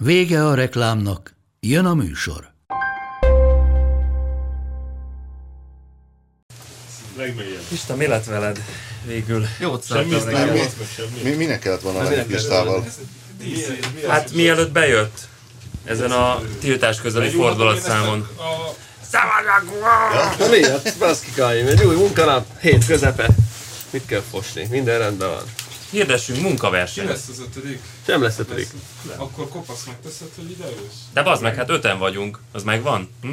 Vége a reklámnak, jön a műsor. Legmélyebb. Isten, mi lett veled végül? Jót Semmi szálltam nem reggel. volt, meg semmi. Mi, minek kellett volna lenni Pistával? Hát mielőtt bejött ezen a tiltás közeli fordulatszámon. Na miért? Baszkikáim, egy új munkanap, hét közepe. Mit kell fosni? Minden rendben van. Hirdessünk munkaversenyt. lesz az ötödik? Nem lesz ötödik. Akkor kopasz megteszed, hogy ide jössz? De bazd meg, hát öten vagyunk. Az megvan? Hm?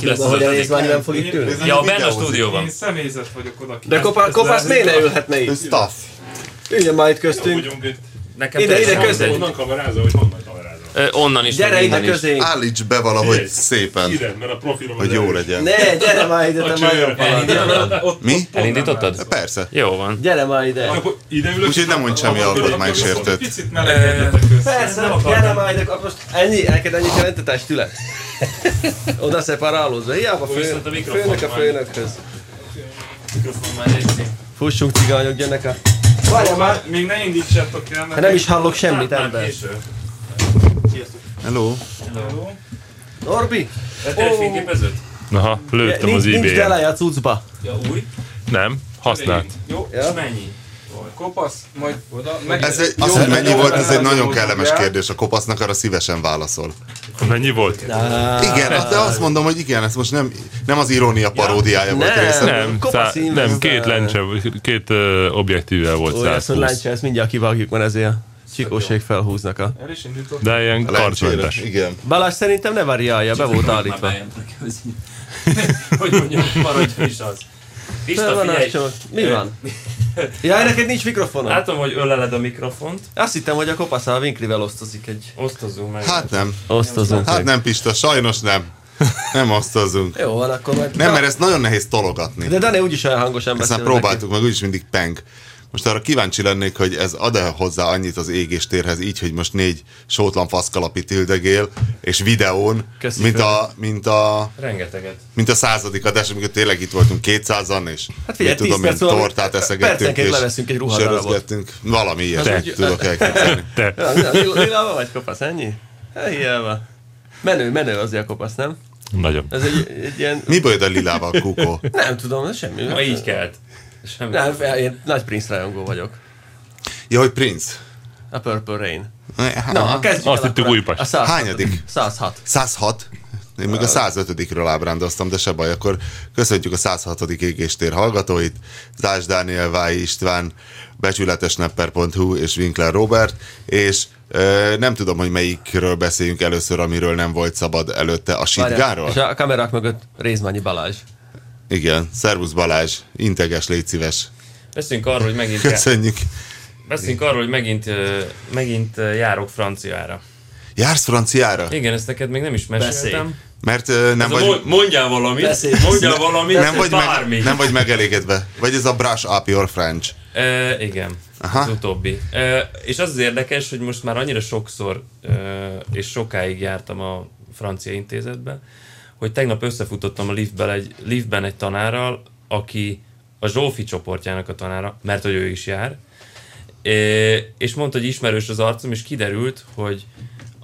Ki lesz az Ahogy a ötödik? nézvány nem fog itt ülni. Ez Ja, egy benne a videózik. stúdióban. Én személyzet vagyok oda. De kopa, kopász miért ne ülhetne Ő itt? staff. Üljön már itt köztünk. Vagyunk itt. Nekem Ide, teljesen ide, közé. mindegy. Onnan kamerázza, hogy honnan kamerázza. Ö, Onnan is, Gyere meg ide innen is. közénk. Állíts be valahogy szépen, Ide, mert a profilom hogy az jó erős. legyen. Ne, gyere már ide, te már jobb alad. Mi? Elindítottad? Persze. Jó van. Gyere már ide. Akkor ide ülök. Úgyhogy nem mondj semmi alkotmánysértőt. Picit melegedjetek össze. Persze, gyere már ide, akkor most ennyi, elkezd ennyi jelentetést tület. Oda szeparálózva, hiába fő, viszont a mikrofon főnök a már. főnökhöz. Fussunk cigányok, jönnek a... Várjál már! Már még ne indítsátok el, mert Hát nem is hallok semmit, ember. Hello. Norbi, Vettél egy fényképezőt? Aha, lőttem nincs, az nincs ebay teleje a cuccba. Ja, új. Nem, használt. jó, És Ja? mennyi? kopasz, majd oda, meg... Ez egy, az, hogy mennyi volt, ez egy nagyon kellemes kérdés. A kopasznak arra szívesen válaszol. Mennyi volt? Ah. Igen, azt- de azt mondom, hogy igen, ez most nem, nem az irónia paródiája volt Nem. része. Nem, Kopasz szá- színvel. nem két lencse, két ö, objektívvel volt Ó, ezt mondja, 120. láncsa, ezt mindjárt kivágjuk, mert ezért a csikóség felhúznak a... El is indítok. De ilyen A lencsére. karcmentes. Igen. Balázs szerintem ne variálja, be volt állítva. Már bejöttek, hogy- Hogy mondjam, maradj friss az. Fel Pista, van figyelj! az csomag. Mi van? Jaj, neked nincs mikrofonod. Látom, hogy öleled a mikrofont. Azt hittem, hogy a kopaszál a Winklivel osztozik egy... Osztozunk meg. Hát nem. Osztozunk. Hát nem, Pista, sajnos nem. Nem osztozunk. Jó, van, akkor majd... Nem, mert ezt nagyon nehéz tologatni. De Dani úgyis olyan hangosan Ezt beszél. már próbáltuk meg, úgyis mindig peng. Most arra kíváncsi lennék, hogy ez ad-e hozzá annyit az égéstérhez, így, hogy most négy sótlan faszkalapi tildegél, és videón, Köszi mint fel. a, mint, a, Rengeteget. mint a századik adás, amikor tényleg itt voltunk kétszázan, és Hát figyelj, mit 10 tudom, én, perc múlva tortát eszegettünk, percenként és leveszünk egy ruhadarabot. Hát sörözgettünk. Valami ilyesmit úgy- tudok elképzelni. Te, neki. Ja, lila- Lilával vagy kopasz, ennyi? Hát, Hiába. Menő, menő azért a kopasz, nem? nagyon. Ez egy, egy ilyen... Mi baj a lilával, kukó? Nem tudom, ez semmi. Ma így kelt. Semmi. Nem, én nagy Prince rajongó vagyok. Ja, hogy Prince. A Purple Rain. Na, Na, ha kezdjük Azt el hittük akkor a- Újpest. A 106. Hányadik? 106. 106. Én még a 105-ről ábrándoztam, de se baj, akkor köszöntjük a 106. égéstér hallgatóit, Zás Dániel, Váj István, becsületesnepper.hu és Winkler Robert, és ö, nem tudom, hogy melyikről beszéljünk először, amiről nem volt szabad előtte, a Várjál, sitgáról? És a kamerák mögött Rézmányi Balázs. Igen, szervusz Balázs, integes, légy szíves. Beszéljünk arról, hogy megint, Köszönjük. beszéljünk arról, hogy megint, ö, megint ö, járok franciára. Jársz franciára? Igen, ezt neked még nem is meséltem. Mert ö, nem Ez a vagy... mo- Mondjál valamit, mondjál valamit, Nem vagy, bármi. meg, nem vagy megelégedve. Vagy ez a brush up your French. E, igen, Aha. az utóbbi. E, és az az érdekes, hogy most már annyira sokszor e, és sokáig jártam a francia intézetbe, hogy tegnap összefutottam a liftben egy, liftben egy tanárral, aki a Zsófi csoportjának a tanára, mert hogy ő is jár, e, és mondta, hogy ismerős az arcom, és kiderült, hogy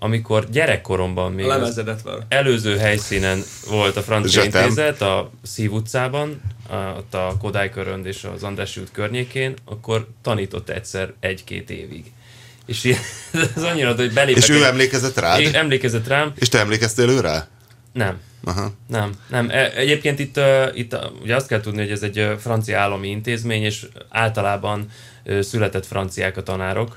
amikor gyerekkoromban még az Lemezedett van. előző helyszínen volt a francia Zsetem. intézet, a Szív utcában, a- ott a Kodály körönd és az András út környékén, akkor tanított egyszer egy-két évig. És ilyen- ez annyira, hogy belépek. És ő emlékezett rád? Én emlékezett rám. És te emlékeztél ő rá? Nem. Aha. Nem, nem. E- Egyébként itt, ö, itt ö, ugye azt kell tudni, hogy ez egy ö, francia állami intézmény, és általában ö, született franciák a tanárok.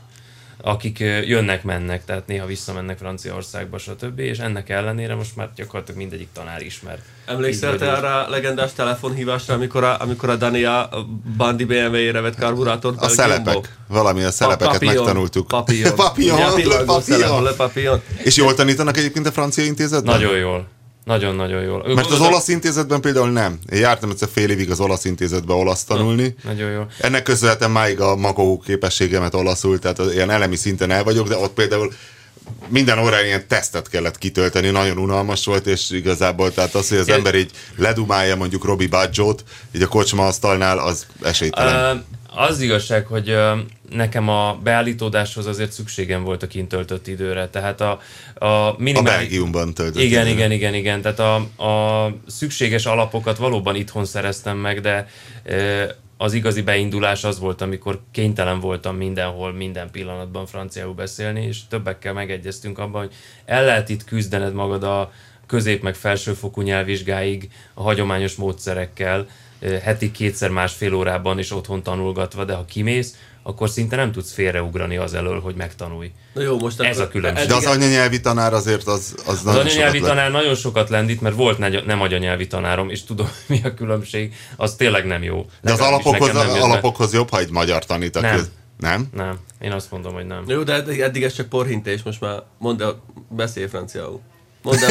akik ö, jönnek-mennek, tehát néha visszamennek Franciaországba, stb. És ennek ellenére most már gyakorlatilag mindegyik tanár ismer. Emlékszel Így te vagy arra a legendás telefonhívásra, amikor a, amikor a Dani a Bandi BMW-jére vett karburátort? A szelepek. Valami a szelepeket Papillon. megtanultuk. Papillon. Papillon, Ugye, a le pillangó papillon. szelep, Le papillon. És jól tanítanak egyébként a francia intézetben? Nagyon jól. Nagyon-nagyon jól. Mert az olasz intézetben például nem. Én jártam egyszer fél évig az olasz intézetbe olasz tanulni. Nagyon jól. Ennek köszönhetem máig a magó képességemet olaszul, tehát az ilyen elemi szinten el vagyok, de ott például minden órán ilyen tesztet kellett kitölteni, nagyon unalmas volt, és igazából tehát az, hogy az ember így ledumálja mondjuk Robi Baggio-t, így a kocsma asztalnál, az esélytelen. Ö, Az igazság, hogy ö, nekem a beállítódáshoz azért szükségem volt a kint töltött időre. Tehát a, a a minimális... Belgiumban töltött. igen, időre. igen, igen, igen. Tehát a, a szükséges alapokat valóban itthon szereztem meg, de ö, az igazi beindulás az volt, amikor kénytelen voltam mindenhol, minden pillanatban franciául beszélni, és többekkel megegyeztünk abban, hogy el lehet itt küzdened magad a közép- meg felsőfokú nyelvvizsgáig a hagyományos módszerekkel, ö, heti kétszer másfél órában és otthon tanulgatva, de ha kimész, akkor szinte nem tudsz félreugrani az elől, hogy megtanulj. Na jó, most Ez a különbség. De az anyanyelvi tanár azért az, Az az, nagyon sokat anyanyelvi lett. tanár nagyon sokat lendít, mert volt negy- nem anyanyelvi tanárom, és tudom, hogy mi a különbség, az tényleg nem jó. De az Legalábbis alapokhoz, nekem nem jött be. alapokhoz jobb, ha egy magyar tanít. aki- Nem. Nem? Nem, én azt mondom, hogy nem. Jó, de eddig, eddig ez csak porhintés, most már mondd el, beszélj franciául. Mondd el,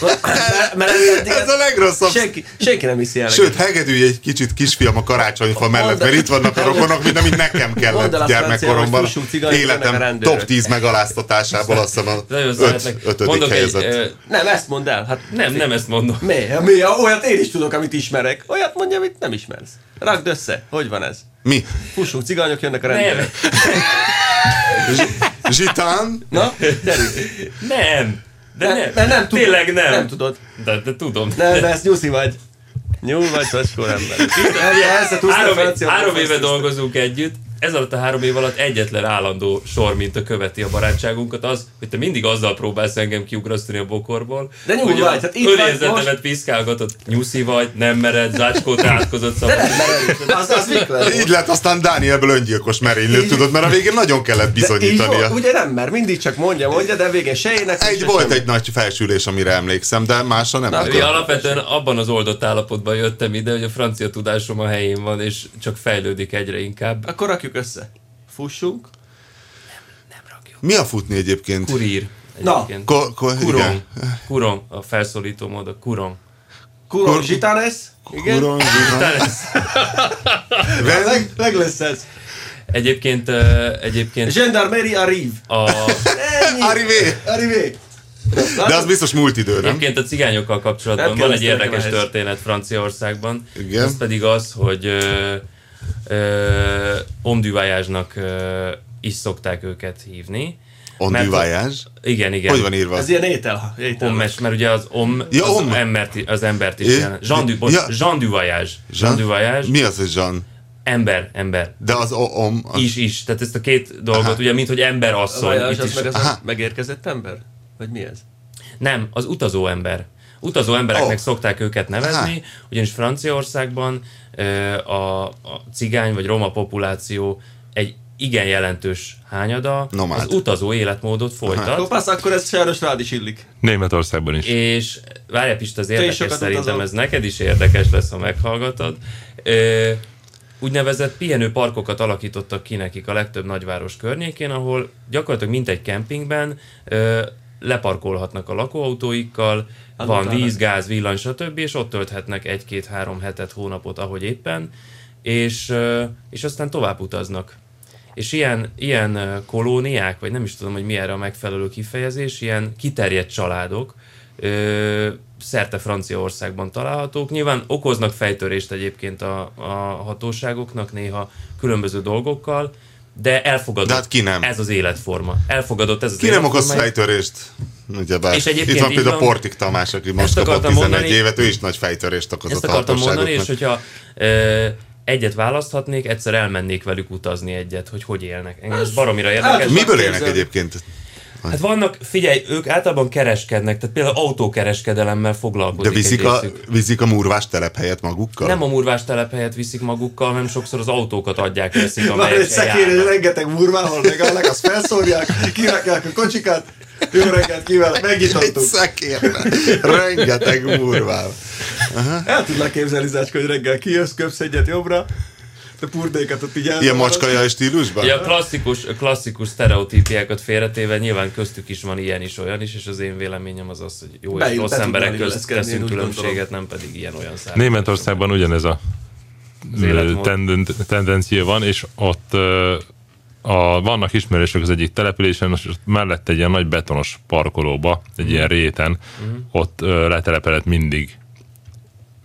mert, mert eddig Ez a legrosszabb senki, senki nem hiszi el. Sőt, hegedülj egy kicsit kisfiam a karácsonyfa mellett, mert itt vannak a rokonok, mint amit nekem Mondd el kellett azt, Francia, gyermekkoromban. hogy fussunk ciganyt, jönnek a Életem rendőrök. top 10 megaláztatásából azt hiszem a Nagyon öt- szeretlek. ötödik Mondok egy, helyzet. ö, Nem, ezt mondd el. Hát nem, nem ezt mondom. Mi? Mi? Hát Olyat én is tudok, amit ismerek. Olyat mondja, amit nem ismersz. Rakd össze. Hogy van ez? Mi? Fussunk cigányok, jönnek a Nem, rendőrök. Zsitán? Na, gyerünk. nem, de nem, Mert nem tudod. tényleg nem. Nem tudod. De, de tudom. Nem, mert ez nyuszi vagy. Nyúl vagy, zacskó ember. Eljössz a Három, három éve dolgozunk együtt, ez alatt a három év alatt egyetlen állandó sor, mint a követi a barátságunkat, az, hogy te mindig azzal próbálsz engem kiugrasztani a bokorból. De nyúl hogy a vagy, hát itt vagy önérzetemet piszkálgatod, nyuszi vagy, nem mered, zacskót átkozott szabad. Az, az mikor? Így lett aztán Dánielből öngyilkos merénylő, tudod, mert a végén nagyon kellett bizonyítania. Ugye nem, mert mindig csak mondja, mondja, de végén se ének. Egy volt egy nagy felsülés, amire emlékszem, de másra nem Mi tudok. alapvetően abban az oldott állapotban jöttem ide, hogy a francia tudásom a helyén van, és csak fejlődik egyre inkább. Akkor rakjuk össze. Fussunk. Mi a futni egyébként? Kurír. Na, egyébként. Ko- ko- Kuron. igen. Kuron. A felszólító mód a kuron. Kurok zsitánesz. Igen. Kuron, zsitán. Leg, leg lesz ez. Egyébként, ö, egyébként Gendarmerie arrive. a Ennyi. Arrivé! Arrivé. De az biztos múlt idő, nem? Hát Egyébként a cigányokkal Nem kapcsolatban kell van egy ezt nekem érdekes ehhez. történet Franciaországban. Igen. Ez pedig az, hogy ö, ö, omdüvájásnak ö, is szokták őket hívni. On Mert- du voyage. Igen, igen. Hogy van írva? Ez ilyen étel. étel. Ommes, mert ugye az om, Ja, az, om. Embert, az embert is É, jelent. Jean du, bocs, ja. Jean du voyage. Jean du voyage. Mi az, hogy Jean? Ember, ember. De az o- om... az- Is, is. Tehát ezt a két dolgot, ugye, mint hogy ember asszony. Vajon Itt az is. meg az a Aha. megérkezett ember? Vagy mi ez? Nem, az utazó ember. Utazó embereknek Ó. oh. szokták őket nevezni, ugyanis Franciaországban ö, a, a cigány vagy roma populáció egy igen jelentős hányada Nomád. az utazó életmódot folytat, Akkor passz, akkor ez sajnos rád is illik. Németországban is. és várjál Pista, az sokat érdekes utazol. szerintem ez neked is érdekes lesz, ha meghallgatod. Ö, úgynevezett pihenő parkokat alakítottak ki nekik a legtöbb nagyváros környékén, ahol gyakorlatilag mint egy kempingben ö, leparkolhatnak a lakóautóikkal, Hát van víz, gáz, villany, stb., és ott tölthetnek egy-két-három hetet, hónapot, ahogy éppen, és, ö, és aztán tovább utaznak. És ilyen, ilyen ö, kolóniák, vagy nem is tudom, hogy mi erre a megfelelő kifejezés, ilyen kiterjedt családok, ö, szerte Franciaországban találhatók. Nyilván okoznak fejtörést egyébként a, a hatóságoknak néha különböző dolgokkal, de elfogadott. De hát ki nem? Ez az életforma. Elfogadott ez az Ki nem életforma. okoz fejtörést? Ugyebár. És egyébként Itt van így például van- Portik Tamás, aki most kapott akartam 11 mondani. évet, ő is nagy fejtörést okozott Ezt a akartam mondani, és hatóságoknak. hogyha ö, egyet választhatnék, egyszer elmennék velük utazni egyet, hogy hogy élnek. Engem ez baromira érdekes. Miből élnek egyébként? Hát vannak, figyelj, ők általában kereskednek, tehát például autókereskedelemmel De foglalkozik. viszik egy a, részük. viszik a murvás telephelyet magukkal? Nem a murvás telephelyet viszik magukkal, hanem sokszor az autókat adják, veszik, Van egy amelyek szekér, járnak. rengeteg murvával megállnak, azt felszórják, kirakják a kocsikat, jó reggelt kívánok, egy megnyitottuk. szekérben. Rengeteg murvám. El tudlak képzelni, Zácska, hogy reggel kijössz, köpsz egyet jobbra, a purdékat ott így Ilyen elzavarod. macskajaj stílusban? Ugye a klasszikus, a klasszikus sztereotípiákat félretéve nyilván köztük is van ilyen is, olyan is, és az én véleményem az az, hogy jó és Bejut- rossz be tudnám emberek közt illeszkedni, én teszünk úgy különbséget, nem pedig ilyen-olyan szám. Németországban ugyanez a Az életmód. tenden- tendencia van, és ott ö, a, vannak ismerősök az egyik településen, és ott mellett egy ilyen nagy betonos parkolóba, egy Mhm. ilyen réten, ott ö, letelepedett mindig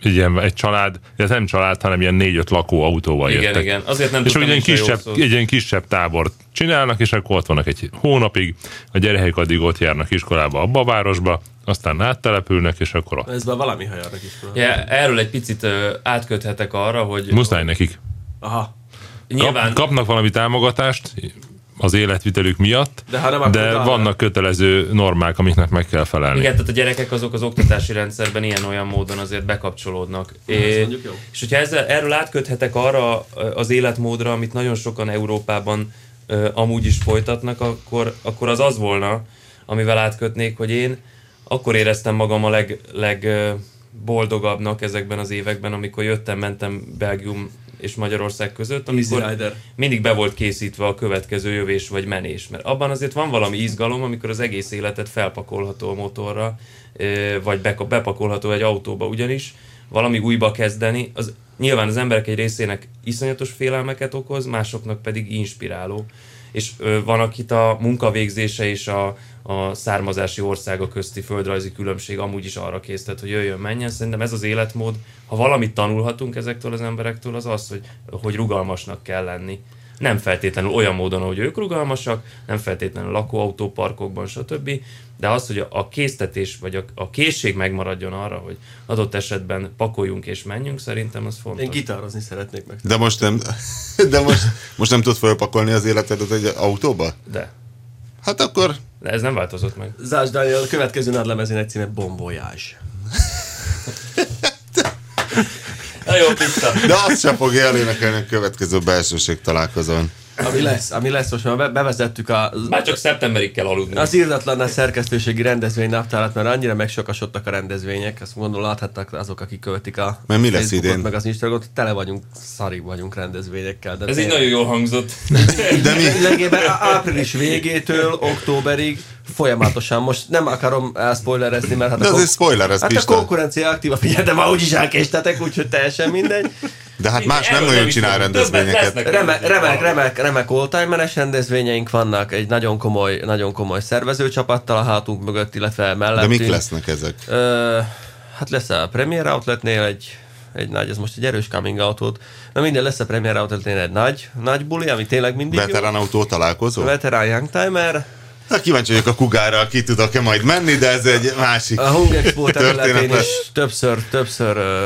egy ilyen, egy család, ez nem család, hanem ilyen négy-öt lakó autóval Igen, jöttek. igen. Azért nem és tudtam egy ilyen, is a jó kisebb, szót. egy ilyen kisebb tábort csinálnak, és akkor ott vannak egy hónapig, a gyerekek addig ott járnak iskolába, abba a városba, aztán áttelepülnek, és akkor ott. Ez már valami hajarnak is. tudom. Ja, erről egy picit ö, átköthetek arra, hogy Muszáj nekik. Aha. nyilván Kap, kapnak valami támogatást az életvitelük miatt, De ha nem, akkor de talán- vannak kötelező normák, amiknek meg kell felelni. Igen, tehát a gyerekek azok az oktatási rendszerben ilyen-olyan módon azért bekapcsolódnak. É, mondjuk jó. és hogyha ezzel, erről átköthetek arra ö, az életmódra, amit nagyon sokan Európában ö, amúgy is folytatnak, akkor, akkor az az volna, amivel átkötnék, hogy én akkor éreztem magam a leg, leg ö, boldogabbnak ezekben az években, amikor jöttem, mentem Belgium és Magyarország között, amikor rider. mindig be volt készítve a következő jövés vagy menés, mert abban azért van valami izgalom, amikor az egész életet felpakolható a motorra, ö, vagy beka- bepakolható egy autóba ugyanis, valami újba kezdeni, az nyilván az emberek egy részének iszonyatos félelmeket okoz, másoknak pedig inspiráló. És ö, van, akit a munkavégzése és a, a származási országa közti földrajzi különbség amúgy is arra késztet, hogy jöjjön, menjen. Szerintem ez az életmód, ha valamit tanulhatunk ezektől az emberektől, az az, hogy, hogy rugalmasnak kell lenni. Nem feltétlenül olyan módon, ahogy ők rugalmasak, nem feltétlenül lakóautóparkokban, stb. De az, hogy a- a késztetés vagy a, a készség megmaradjon arra, hogy adott esetben pakoljunk és menjünk, szerintem az fontos. Én gitározni szeretnék meg. De most nem, de most, most nem tudod felpakolni az életedet egy autóba? De. Hát akkor De ez nem változott meg. Zács Dániel, a következő nádlemezének címe Bombolyás. Na jó, pizza. De azt sem fogja elénekelni a következő belsőség találkozón. Ami lesz, ami lesz, most már be- bevezettük a, Már csak szeptemberig kell aludni. az írdatlan szerkesztőségi rendezvény naptárat, mert annyira megsokasodtak a rendezvények, azt gondolom láthattak azok, akik követik a Mert mi lesz Facebookot, idén? meg az Instagramot, tele vagyunk, szarig vagyunk rendezvényekkel. De Ez így nagyon jól hangzott. De mi? Lényegében á- április végétől októberig folyamatosan, most nem akarom elspoilerezni, mert hát De a, azért kon- spoiler ez, hát a Pista. konkurencia aktíva, figyelj, de már úgyis elkéstetek, úgyhogy teljesen mindegy. De hát más nem Erről nagyon is csinál tudunk. Többen rendezvényeket. lesznek. Remek, remek, remek, remek oldtimeres rendezvényeink vannak, egy nagyon komoly, nagyon komoly szervezőcsapattal a hátunk mögött, illetve De mellettünk. mik lesznek ezek? Ö, hát lesz a Premier Outletnél egy, egy nagy, ez most egy erős coming out volt. Na minden lesz a Premier Outletnél egy nagy, nagy buli, ami tényleg mindig Veterán autó találkozó? jó. Veterán Youngtimer, Hát kíváncsi vagyok a kugára, ki tudok-e majd menni, de ez egy másik. a Hung Expo területén Történetes. is többször, többször ö,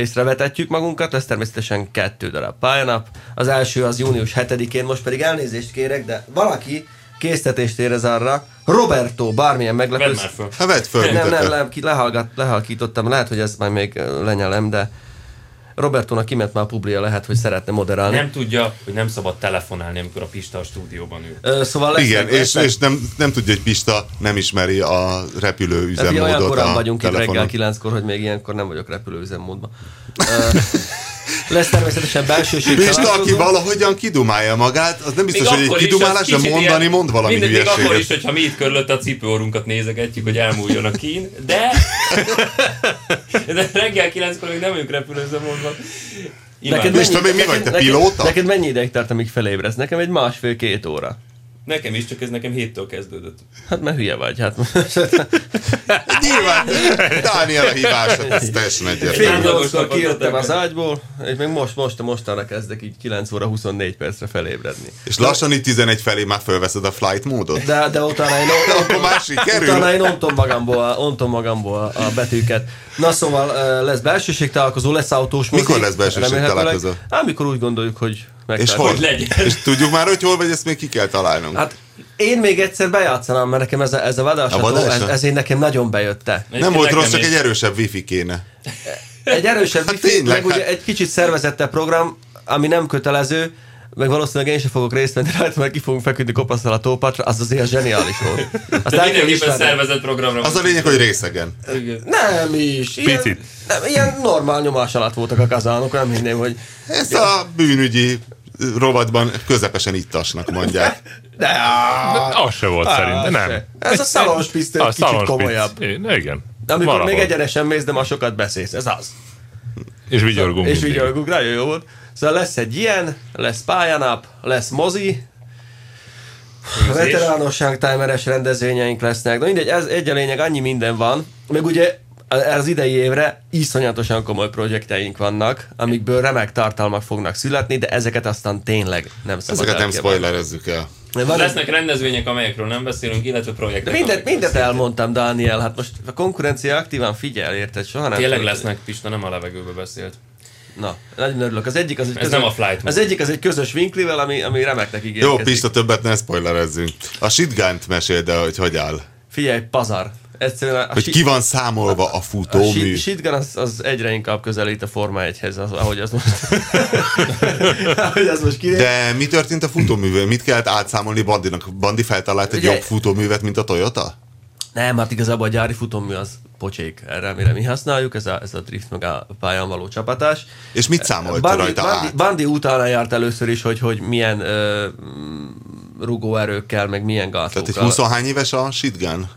észrevetetjük magunkat, lesz természetesen kettő darab pályanap. Az első az június 7-én, most pedig elnézést kérek, de valaki késztetést érez arra, Roberto, bármilyen Vedd meglepő már föl. Hát vedd föl, nem, nem, nem, le, ki, lehallgat, lehalkítottam, lehet, hogy ez majd még ö, lenyelem, de Robertónak kiment már a publia, lehet, hogy szeretne moderálni. Nem tudja, hogy nem szabad telefonálni, amikor a Pista a stúdióban ül. Ö, Szóval lesz, igen, és, és nem, nem tudja, hogy Pista nem ismeri a repülő mi olyan üzemmódot korán a vagyunk itt reggel telefonon. kilenckor, hogy még ilyenkor nem vagyok repülőüzemmódban. Ö, lesz természetesen belsőség. Pista, aki találkozó. valahogyan kidumálja magát, az nem biztos, hogy egy is az kidumálás, de kicsit mondani ilyen- mond valami mindegy, Még akkor is, hülyeséget. hogyha mi itt körülött a cipőorunkat nézegetjük, hogy elmúljon a kín, de... de reggel kilenckor még nem vagyunk repülőzve mondva. Imádom. Neked- Pista, még mi vagy, te pilóta? Neked, neked mennyi ideig tart, amíg felébresz? Nekem egy másfél-két óra. Nekem is, csak ez nekem héttől kezdődött. Hát mert hülye vagy, hát Nyilván, Dániel a hibás, hát ez teljesen Fél egyértelmű. nyolckor Átlagosnak kijöttem az adottak. ágyból, és még most, most, mostanra kezdek így 9 óra 24 percre felébredni. És lassan itt 11 felé már fölveszed a flight módot. De, de utána én, Akkor másik kerül. utána én ontom magamból, a- ontom magamból a, a betűket. Na szóval ö, lesz belsőség találkozó, lesz autós mozi. Mikor lesz belsőség remélhetőleg. találkozó? Á, Amikor úgy gondoljuk, hogy És Megtartani. hol? Hogy legyen. És tudjuk már, hogy hol vagy, ezt még ki kell találnunk. Hát én még egyszer bejátszanám, mert nekem ez a, ez a vadásató, A vadásat? ez, ez én nekem nagyon bejötte. nem volt Nekem rossz, csak is. egy erősebb wifi kéne. Egy erősebb Hát wifi, tényleg, meg ugye hát- egy kicsit szervezettebb program, ami nem kötelező, meg valószínűleg én sem fogok részt venni rajta, mert ki fogunk feküdni kopasszal a tópácsra, az azért zseniális volt. Azt el kell Mindenképpen ismerni. szervezett programra. Az a lényeg, hogy részegen. Nem is. Ilyen, Picit. Nem, ilyen normál nyomás alatt voltak a kazánok, nem hinném, hogy... Ezt a bűnügyi rovatban közepesen ittasnak mondják. De, Hát, Az se volt szerintem, nem. se. Ez a szalons pisztoly A egy kicsit szalonspic. komolyabb. É, Igen. Amikor Valahol. még egyenesen mész, de már sokat beszélsz, ez az. És vigyorgunk És mindig. vigyorgunk, nagyon jó volt. Szóval lesz egy ilyen, lesz pályánap, lesz mozi, veteránosság timeres rendezvényeink lesznek. Na mindegy, ez egy a lényeg, annyi minden van. Meg ugye az idei évre iszonyatosan komoly projektjeink vannak, amikből remek tartalmak fognak születni, de ezeket aztán tényleg nem szabad Ezeket nem elképzelni. spoilerezzük el. Van egy- Lesznek rendezvények, amelyekről nem beszélünk, illetve projektek. De mindent, amelyekről mindent elmondtam, Dániel, hát most a konkurencia aktívan figyel, érted? Soha nem Tényleg tudod. lesznek, Pista nem a levegőbe beszélt. Na, nagyon örülök. Az egyik az egy Ez nem a flight Az mode. egyik az egy közös Winklivel, ami, ami remeknek Jó, ígérkezik. Pista, többet ne spoilerezzünk. A shitgánt meséld el, hogy hogy áll. Figyelj, pazar. Egyszerűen a, Hogy shi- ki van számolva a a shi- futómű. shitgun az, az egyre inkább közelít a Forma 1-hez, az, ahogy az most... ahogy az most kinéz. De mi történt a futóművel? Mit kellett átszámolni Bandinak? Bandi feltalált egy Ugye- jobb futóművet, mint a Toyota? Nem, hát igazából a gyári futómű az pocsék erre, amire mi használjuk, ez a, ez a drift meg a pályán való csapatás. És mit számolt rajta Bandi, át? Bandi utána járt először is, hogy, hogy milyen ö, mm, rugóerőkkel, meg milyen Tehát egy gátlókkal. 20 hány éves a shitgun?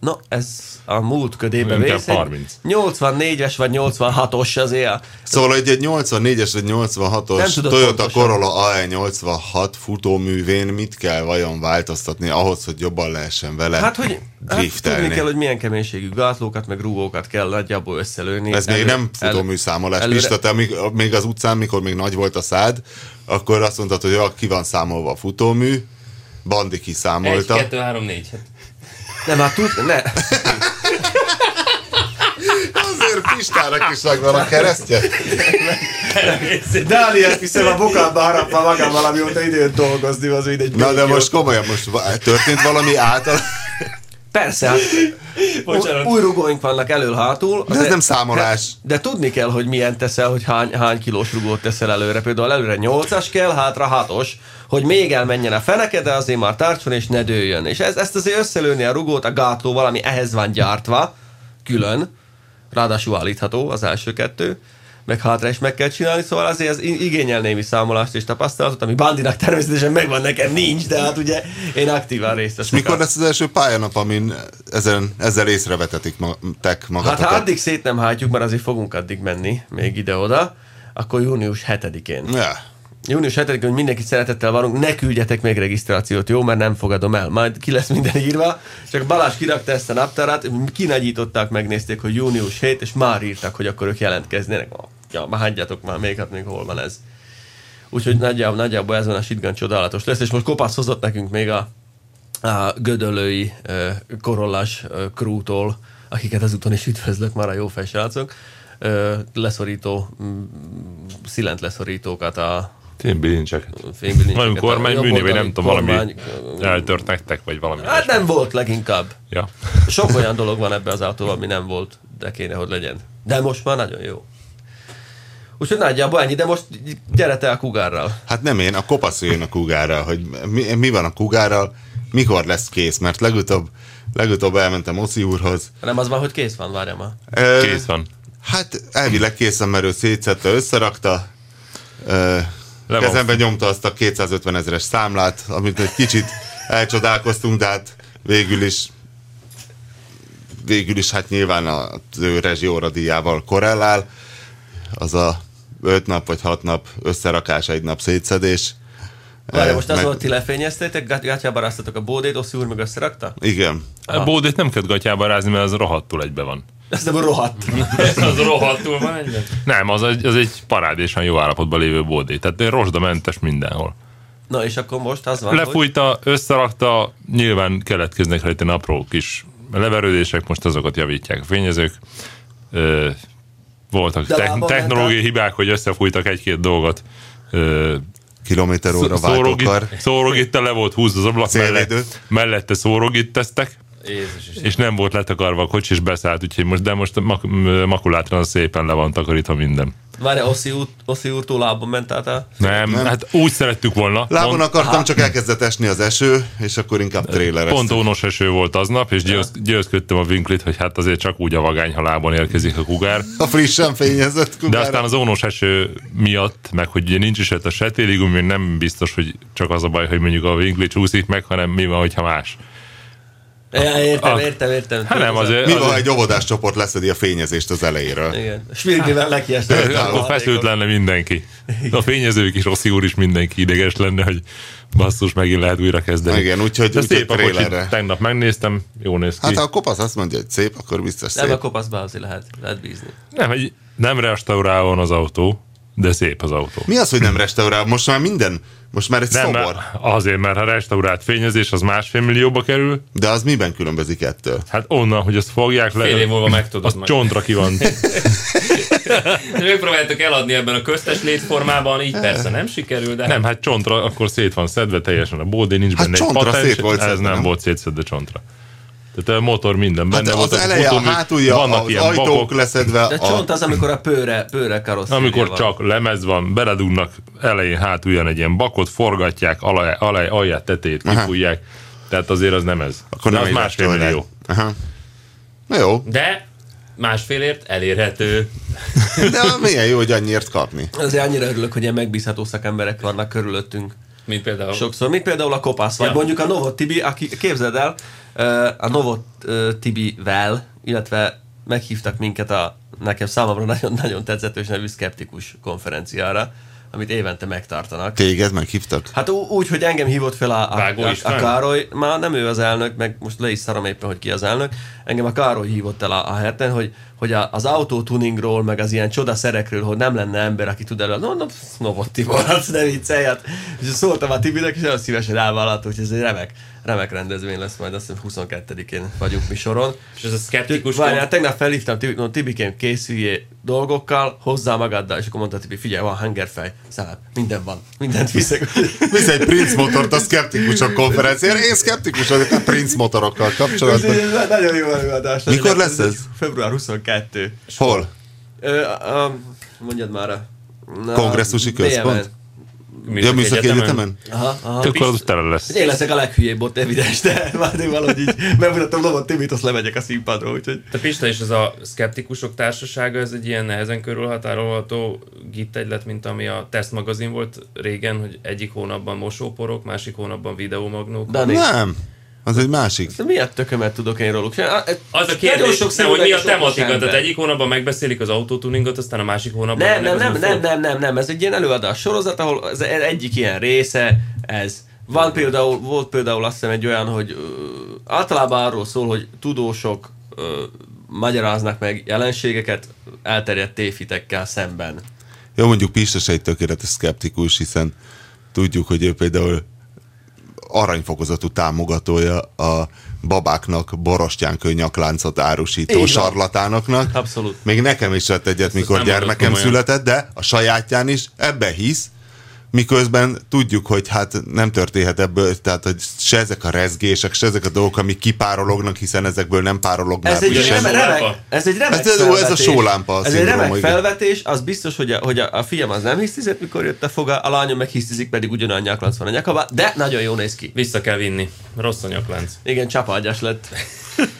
Na, ez a múlt ködébe Inkább vész. egy 30. 84-es vagy 86-os azért. Szóval egy, egy 84-es vagy 86-os Nem tudod Toyota pontosan. Corolla AE86 futóművén mit kell vajon változtatni ahhoz, hogy jobban lehessen vele Hát, hogy hát driftelni? tudni kell, hogy milyen keménységű gátlókat, meg rugókat kell nagyjából összelőni. Ez még Elő- nem futómű számolás. előre- Pista, te még, még az utcán, mikor még nagy volt a szád, akkor azt mondtad, hogy ja, ki van számolva a futómű, Bandi Egy, kiszámolta. kettő, három, négy. Hát, Nem, hát tud, ne. Azért Pistának is megvan a keresztje. Dániel hiszen a bokába harapva magam valami óta időt dolgozni, az mindegy. Na de most komolyan, most va- történt valami által... Persze, hát Bocsánat. új rugóink vannak elől-hátul. De ez nem számolás. De tudni kell, hogy milyen teszel, hogy hány, hány kilós rugót teszel előre. Például előre 8-as kell, hátra 6-os, hogy még elmenjen a feneke, de azért már tartson és ne dőljön. És ez, ezt azért összelőni a rugót a gátlóval, ami ehhez van gyártva, külön, ráadásul állítható az első kettő, meg hátra is meg kell csinálni, szóval azért ez i- igényel némi számolást és tapasztalatot, ami Bandinak természetesen megvan, nekem nincs, de hát ugye én aktívan részt veszek. Mikor a- lesz az első pályanap, amin ezen, ezzel észrevetetik ma, tek Hát magatokat? ha addig szét nem hátjuk, mert azért fogunk addig menni, még ide-oda, akkor június 7-én. Ja. Június 7-én hogy mindenkit szeretettel várunk, ne küldjetek még regisztrációt, jó? Mert nem fogadom el. Majd ki lesz minden írva. Csak Balázs kirakta ezt a naptárát, kinagyították, megnézték, hogy június 7, és már írtak, hogy akkor ők jelentkeznének. Ah, Ja, már hagyjatok már, még hát még hol van ez. Úgyhogy nagyjából, nagyjából ez van a sitgan csodálatos lesz, és most kopasz hozott nekünk még a, a gödölői ö, korollás ö, krútól, akiket ezúton is üdvözlök már a jó fejsrácok, ö, leszorító, mm, szilent leszorítókat a Én bilincseket. fénybilincseket. Valami a kormány bűné, vagy nem jobboldali tudom, valami kormány- eltört nektek, vagy valami. Hát nem volt leginkább. Ja. Sok olyan dolog van ebbe az autóban, ami nem volt, de kéne, hogy legyen. De most már nagyon jó. Úgyhogy nagyjából ennyi, de most gyere te a kugárral. Hát nem én, a kopasz jön a kugárral, hogy mi, mi van a kugárral, mikor lesz kész, mert legutóbb, legutóbb elmentem Oszi úrhoz. Nem az van, hogy kész van, várjál már. Ö, Kész van. Hát elvileg készen, mert ő szétszette, összerakta. Ö, van. kezembe nyomta azt a 250 ezeres számlát, amit egy kicsit elcsodálkoztunk, de hát végül is végül is hát nyilván az ő rezsióradíjával korellál. Az a 5 nap vagy 6 nap összerakás, egy nap szétszedés. Várjál, Ö, most az meg- volt, ti lefényeztétek, gát- gátjába ráztatok a bódét, Oszi úr meg összerakta? Igen. Ah. A bódét nem kell gatyába rázni, mert az rohadtul egybe van. Ez nem rohadt. ez Hát, az rohadtul van egyben. Nem, az egy, az egy parádésan jó állapotban lévő bódé. Tehát rozsdamentes mindenhol. Na és akkor most az van, hogy... Lefújta, összerakta, nyilván keletkeznek rajta ilyen apró kis leverődések, most azokat javítják a fényezők. Ö, voltak De te- lábon technológiai ment hibák, hogy összefújtak egy-két dolgot. Ö, kilométer óra Szórogit, váltókar. szórogit tele volt húzva az ablak Szélvédő. mellett, mellette szórogit tesztek, Jézus is. és nem volt letakarva a kocsi, és beszállt, úgyhogy most, de most mak- m- makulátran szépen le van takarítva minden. Várj, Oszi, út, Oszi úrtól lábban ment át el? Nem, nem, hát úgy szerettük volna. Lábon pont- akartam, csak elkezdett esni az eső, és akkor inkább trélereztem. Pont ónos eső volt aznap, és győz, győzködtem a vinklit, hogy hát azért csak úgy a vagány, ha lábon érkezik a kugár. A frissen fényezett De kubára. aztán az ónos eső miatt, meg hogy ugye nincs is ott a setéligum, még nem biztos, hogy csak az a baj, hogy mondjuk a vinkli csúszik meg, hanem mi van, hogyha más. Ja, értem, a- értem, értem. Hát nem, azért... Mi azért- van, ha egy óvodás csoport leszedi a fényezést az elejéről? Igen. Spirgivel lekiestem. Akkor feszült lenne mindenki. A fényezők is, Oszi úr is mindenki ideges lenne, hogy basszus, megint lehet újra kezdeni. Igen, úgyhogy- De úgyhogy szép a kocsi, trailerre. tegnap megnéztem, jó néz ki. Hát ha a kopasz azt mondja, hogy szép, akkor biztos Nem, a szép. kopaszba azért lehet, lehet bízni. Nem, egy, nem restaurálva van az autó, de szép az autó. Mi az, hogy nem restaurál? Most már minden, most már egy Nem, szobor. mert azért, mert ha restaurált fényezés, az másfél millióba kerül, De az miben különbözik ettől? hát onnan, hogy azt fogják le, Fél év múlva megtudod az majd. csontra ki van. Megpróbáltuk eladni ebben a köztes létformában, így persze nem sikerül, de Nem, hát csontra akkor szét van szedve teljesen a bódé, nincs Hát benne egy csontra patens, szét volt ez szedve, nem, nem? volt szétszedve csontra. Tehát a motor minden benne Hát volt, az eleje, a futómű, hátulja, vannak az ilyen ajtók babok, leszedve. De a- csont az, amikor a pőre, pőre karosszéria Amikor van. csak lemez van, beledugnak elején hátulján egy ilyen bakot, forgatják, alaj, alaj, alját, tetejét kifújják. Tehát azért az nem ez. Akkor De nem az egy másfél restaurál. millió. Aha. Na jó, De másfélért elérhető. de milyen jó, hogy annyiért kapni. Azért annyira örülök, hogy ilyen megbízható szakemberek vannak körülöttünk. Mint például Sokszor, mint például a kopász, vagy Ja. mondjuk a Novot Tibi, aki, képzeld el, ö, a Novot ö, Tibivel, illetve meghívtak minket a nekem számomra nagyon-nagyon tetszős nevű szkeptikus konferenciára, amit évente megtartanak. Téged meghívtak? Hát ú- úgy, hogy engem hívott fel a, a, Vágó a, a István? Károly, már nem ő az elnök, meg most le is szarom éppen, hogy ki az elnök, engem a Károly hívott el a, a herten, hogy, hogy a, az autotuningról, meg az ilyen csodaszerekről, hogy nem lenne ember, aki tud elő, no, no, pff, no volt Tibor, hát ne viccelj, hát. És szóltam a Tibinek, és nagyon szívesen elvállalta, hogy ez egy remek, remek rendezvény lesz majd, azt hiszem 22-én vagyunk mi soron. És ez a szkeptikus Várjál, kon- tegnap felhívtam Tibi, mondom, Tibikém, készüljél dolgokkal, hozzá magaddal, és akkor mondta Tibi, figyelj, van hangerfej, szelep, minden van, mindent viszek. Hát Visz egy Prince motort a szkeptikusok konferenciára. Én szkeptikus vagyok a Prince motorokkal kapcsolatban. Úgyhogy ez Nagyon jó előadás. Mikor Nagyon- lesz ez? Február 22. Hol? Ö, a, a, mondjad már a... Na, Kongresszusi BMN. központ? műszaki Ja, műszaki egyetemen? Aha, aha. Akkor az tele lesz. Én leszek a leghülyébb ott evidens, de már én valahogy így megmutatom Lovat Timit, azt lemegyek a színpadról, úgyhogy... Te Pista és ez a szkeptikusok társasága, ez egy ilyen nehezen körülhatárolható gittegylet, mint ami a Test magazin volt régen, hogy egyik hónapban mosóporok, másik hónapban videómagnók. Dani, Nem. Az egy másik. te miért tökömet tudok én róluk? Se- Az a nagyon kérdés, sok nem, hogy mi a színűleg és tematika, okos tehát ember. egyik hónapban megbeszélik az autotuningot, aztán a másik hónapban... Nem, ennek nem, az nem, új nem, form- nem, nem, nem, ez egy ilyen előadás sorozat, ahol ez ez egyik ilyen része, ez. Van például, volt például azt hiszem egy olyan, hogy ö, általában arról szól, hogy tudósok ö, magyaráznak meg jelenségeket elterjedt tévhitekkel szemben. Jó, mondjuk Pista se egy tökéletes szkeptikus, hiszen tudjuk, hogy ő például aranyfokozatú támogatója a babáknak borostyánkő nyakláncot Így árusító van. sarlatánoknak. Abszolút. Még nekem is lett egyet, nem mikor mondod gyermekem komolyan. született, de a sajátján is ebbe hisz, miközben tudjuk, hogy hát nem történhet ebből, tehát hogy se ezek a rezgések, se ezek a dolgok, amik kipárolognak, hiszen ezekből nem párolog már Ez egy, ugye úgysem. Hát remek, ez sólámpa? remek, ez egy remek Ez- ez- ó, ez a felvetés. sólámpa Ez egy szindróma, remek igen. felvetés, az biztos, hogy a, hogy a, a fiam az nem hisztizett, mikor jött a foga, a lányom meg hisztizik, pedig ugyanannyi aklanc van a nyakába, de nagyon jó néz ki. Vissza kell vinni. Rossz a nyaklánc. Igen, csapágyás lett.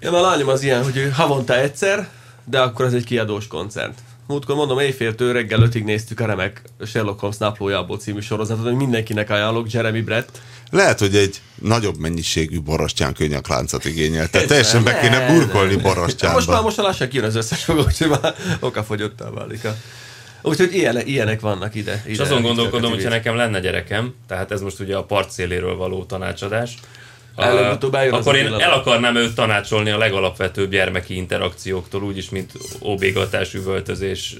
Ja, mert a lányom az ilyen, hogy ő havonta egyszer, de akkor az egy kiadós koncert. Múltkor mondom, éjféltől reggel ötig néztük a remek Sherlock Holmes naplójából című sorozatot, hogy mindenkinek ajánlok, Jeremy Brett. Lehet, hogy egy nagyobb mennyiségű borostyánkő nyakláncot igényel. Tehát teljesen be kéne burkolni borostyánba. Most már most már lassan kijön az összes foga, úgyhogy már okafogyottá válik a... Úgyhogy ilyen, ilyenek vannak ide. ide És azon elvittük gondolkodom, a hogyha Tibit. nekem lenne gyerekem, tehát ez most ugye a partszéléről való tanácsadás, Előbb-utóbb eljön az akkor a én pillanat. el akarnám őt tanácsolni a legalapvetőbb gyermeki interakcióktól, úgyis, mint óbégatás, üvöltözés.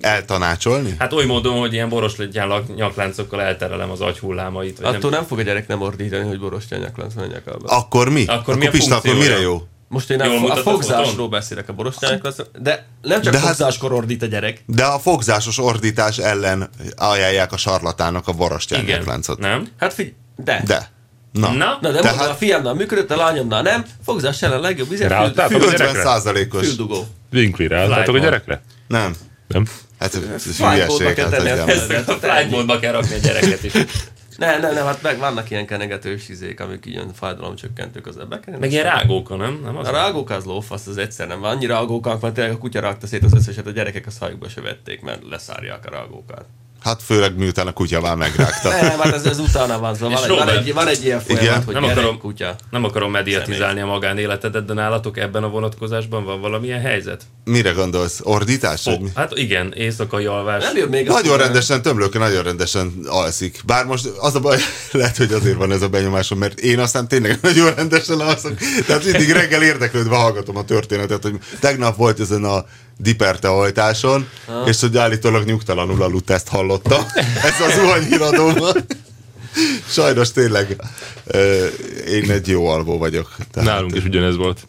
Eltanácsolni? Hát oly módon, hogy ilyen boros legyen nyakláncokkal elterelem az agyhullámait. Vagy Attól nem fog a gyerek nem ordítani, hogy boros nyaklánc van a nyakában. Akkor mi? Akkor mi a Pista, akkor funkciója? mire jó? Most én a, Jól a mutat a fogzásról fotón? beszélek a borostyának, az- de nem csak De de hát- fogzáskor ordít a gyerek. De a fogzásos ordítás ellen ajánlják a sarlatának a Igen. borostyánnyakláncot. Nem? Hát figy, de. De. Na. Na? Na, de Tehát- Tehát... a fiamnál működött, a lányomnál nem. Fogzás ellen a legjobb vizet, fül, Ráadtátok a fül, 50 gyerekre? százalékos. füldugó. Winkli, ráadtátok a Flight gyerekre? Nem. Nem? Hát ez módba hülyeség. kell Hát, tenni a hogy nem. fezdet. A flight módba kell rakni a gyereket is. Nem, nem, nem, hát meg vannak ilyen kenegetős izék, amik így ilyen fájdalomcsökkentők az ebben. Meg ilyen rágóka, nem? nem az A rágók az lófasz, az egyszer nem van. Annyira rágókák, mert tényleg a kutya rakta szét az összeset, a gyerekek a hajukba se vették, mert leszárják a rágókat. hát főleg miután a kutya már megrágta. Nem, hát ez, ez utána van, szóval És van, egy, van, Robert- egy, van egy ilyen folyamat, Igen. hogy Nem nem gyerek, akarom- akarom. kutya. Nem akarom mediatizálni a magánéletedet, de nálatok ebben a vonatkozásban van valamilyen helyzet? Mire gondolsz? Ordítás? Vagy mi? Hát igen, éjszakai alvás. Nem jobb még az, Nagyon hogy- rendesen, tömlőke nagyon rendesen alszik. Bár most az a baj, lehet, hogy azért van ez a benyomásom, mert én aztán tényleg nagyon rendesen alszok. Tehát mindig reggel érdeklődve hallgatom a történetet, hogy tegnap volt ezen a diperte hajtáson, és hogy állítólag nyugtalanul aludt, ezt hallottam. Ez az zuhanyhíradóban. Sajnos tényleg ö, én egy jó alvó vagyok. Tehát, Nálunk is ugyanez volt.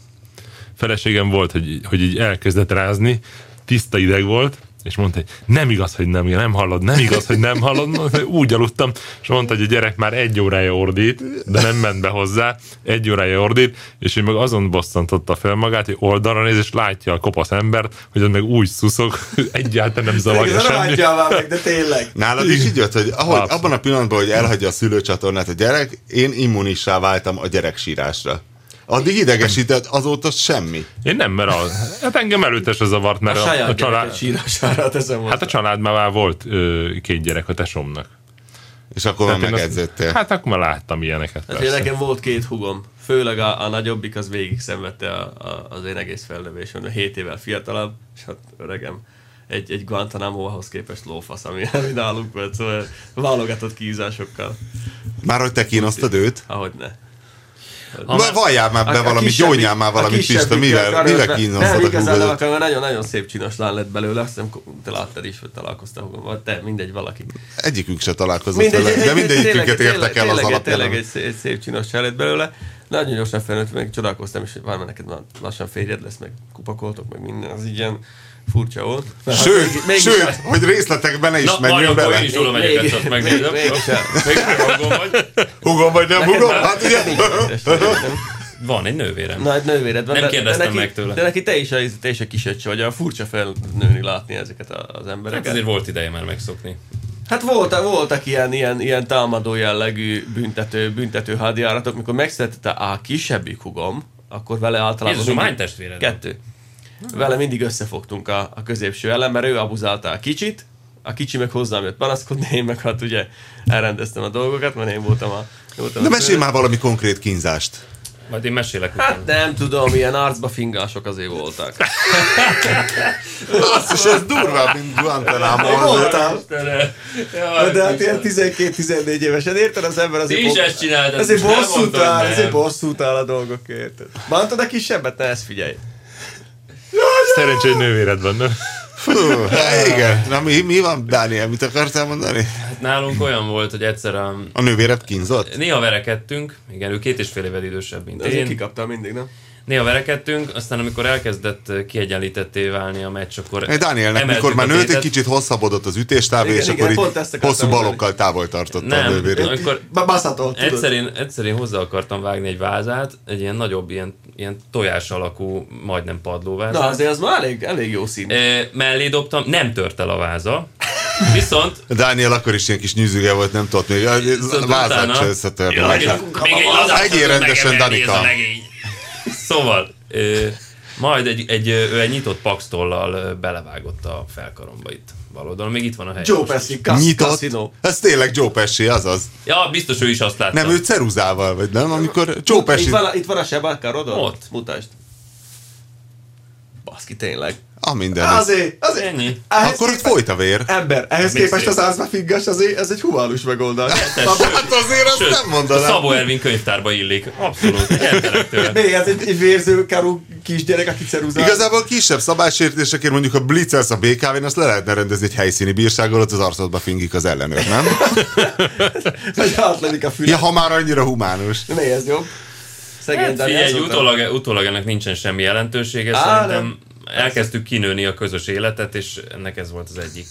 Feleségem volt, hogy, hogy így elkezdett rázni, tiszta ideg volt, és mondta, hogy nem igaz, hogy nem, nem hallod, nem igaz, hogy nem hallod. Mondta, hogy Úgy aludtam, és mondta, hogy a gyerek már egy órája ordít, de nem ment be hozzá, egy órája ordít, és ő meg azon bosszantotta fel magát, hogy oldalra néz, és látja a kopasz embert, hogy az meg úgy szuszog, hogy egyáltalán nem zavarja Ez semmi. rohadjál már meg, de tényleg. Nálad is így jött, hogy ahogy, Abszolút. abban a pillanatban, hogy elhagyja a szülőcsatornát a gyerek, én immunissá váltam a gyerek sírásra. Addig idegesített, azóta semmi. Én nem, mert a, hát engem előtte se zavart, A mert a, a, saját család, gyereket sírására teszem hát a családban már volt ö, két gyerek a tesómnak. És akkor már Tehát én azt- megedződtél. Hát akkor már láttam ilyeneket. Hát én persze. nekem volt két hugom, főleg a, a nagyobbik az végig szenvedte a, a, az én egész fellövésen, 7 évvel fiatalabb, és hát öregem egy, egy Guantanamo-hoz képest lófasz, ami, ami nálunk volt, szóval válogatott kízásokkal, Már hogy te kínosztad őt? ahogy ne. Ha Már valljál már be valami, gyónyál már valami Pista, mivel, mivel Nem, kínosztad a igazán nem húgodat? akarom, mert nagyon-nagyon szép csinos lány lett belőle, azt hiszem, te láttad is, hogy találkoztál hugom, vagy te, mindegy, valaki. Egyikünk se találkozott vele, de mindegyikünket tényleg- értek el az tényleg- Tényleg alapján. egy, szé- egy szép csinos csaj lett belőle. Nagyon gyorsan felnőtt, meg csodálkoztam, és várj, mert neked már lassan férjed lesz, meg kupakoltok, meg minden, az így ilyen furcsa volt. Sőt, sőt, hogy részletekben ne is Na, menjünk Marjankó, én bele. is oda megyek, Még- ezt meg még- nézem. még sem. Még hangom vagy. Hugom vagy nem hugom? Hát ugye? Van egy nővérem. Na, egy nővéred van. Nem de- de kérdeztem neki- meg tőle. De neki te is, a, te is a kisöccs vagy, a furcsa felnőni látni ezeket a- az Hát embereket. azért volt ideje már megszokni. Hát voltak, voltak ilyen, ilyen, ilyen támadó jellegű büntető, büntető hadjáratok, mikor megszületett a kisebbik hugom, akkor vele általában... Jézusom, mindig- hány testvéred van? Kettő. Vele mindig összefogtunk a, a középső ellen, mert ő abuzálta a kicsit, a kicsi meg hozzám jött panaszkodni, én meg hát ugye elrendeztem a dolgokat, mert én voltam a... Voltam De a mesélj főnök. már valami konkrét kínzást. Majd én mesélek Hát utána. nem tudom, ilyen arcba fingások azért voltak. Azt is ez durvább, mint Guantanamo. Voltam, Istenem. de, Jaj, de hát Istenem. ilyen 12-14 évesen, érted az ember Ti azért... is bo- ezt csináltad. Ezért nem bosszút mondtad, áll, nem. ezért bosszút áll a dolgokért. Bántad a kisebbet? Ne, ezt figyelj. Szerencsé, hogy nővéred van, nem? Fú, hát igen. Na mi, mi van, Dániel? Mit akartál mondani? Hát Nálunk olyan volt, hogy egyszer a... A nővéred kínzott? Néha verekedtünk, igen, ő két és fél évvel idősebb, mint De azért én. kikaptál mindig, nem? Néha verekedtünk, aztán amikor elkezdett eh, kiegyenlítetté válni a meccs, akkor Egy Dánielnek, emeltük mikor a már nőtt, egy tétet. kicsit hosszabbodott az ütéstáv, Igen, és igen, akkor pont így ezt akartam hosszú mondani. balokkal távol tartotta a Nem, nővérét. akkor Ba- Baszatol, tudod. egyszer én, egyszer én hozzá akartam vágni egy vázát, egy ilyen nagyobb, ilyen, ilyen tojás alakú, majdnem padlóvázát. Na azért az már elég, elég jó szín. Ö, mellé dobtam, nem tört el a váza, viszont Dániel akkor is ilyen kis nyűzüge volt, nem tudott még, a Viszont vázát utána- se összetörni. Jaj, Meg- még egy lazát Egyél tudod rendesen, megemelni, ez a Danika. legény. Szóval, ö, majd egy, egy, ö, ő egy nyitott paxtollal ö, belevágott a felkaromba itt bal oldalon. Még itt van a hely. Joe most is. Pesci, kasz, Nyitott. kaszinó. Ez tényleg Joe Pesci, azaz. Ja, biztos ő is azt látta. Nem, ő ceruzával, vagy nem? Amikor Joe Itt Pesci... van, a- itt van a sebáka, Rodon? Ott. Mutasd. Baszki, tényleg. A Ah, minden. az. Azért, azért. Ennyi. Ehhez Akkor ott képest- folyt a vér. Ember, ehhez Még képest szép. az ázma figgas, azért ez egy huválus megoldás. Hát azért azt nem A mondanám. Szabó Ervin könyvtárba illik. Abszolút. Elterek tőle. Még ez egy, egy vérző karú kisgyerek, aki ceruzál. Igazából kisebb szabálysértésekért mondjuk a blitzelsz a BKV-n, azt le lehetne rendezni egy helyszíni bírsággal, ott az arcodba fingik az ellenőr, nem? Vagy átlövik a füle. Ja, ha már annyira humánus. Mi ez jobb? Szegény Dani Hát Figyelj, azóta- utólag, utólag ennek nincsen semmi jelentősége, Á, szerintem elkezdtük kinőni a közös életet, és ennek ez volt az egyik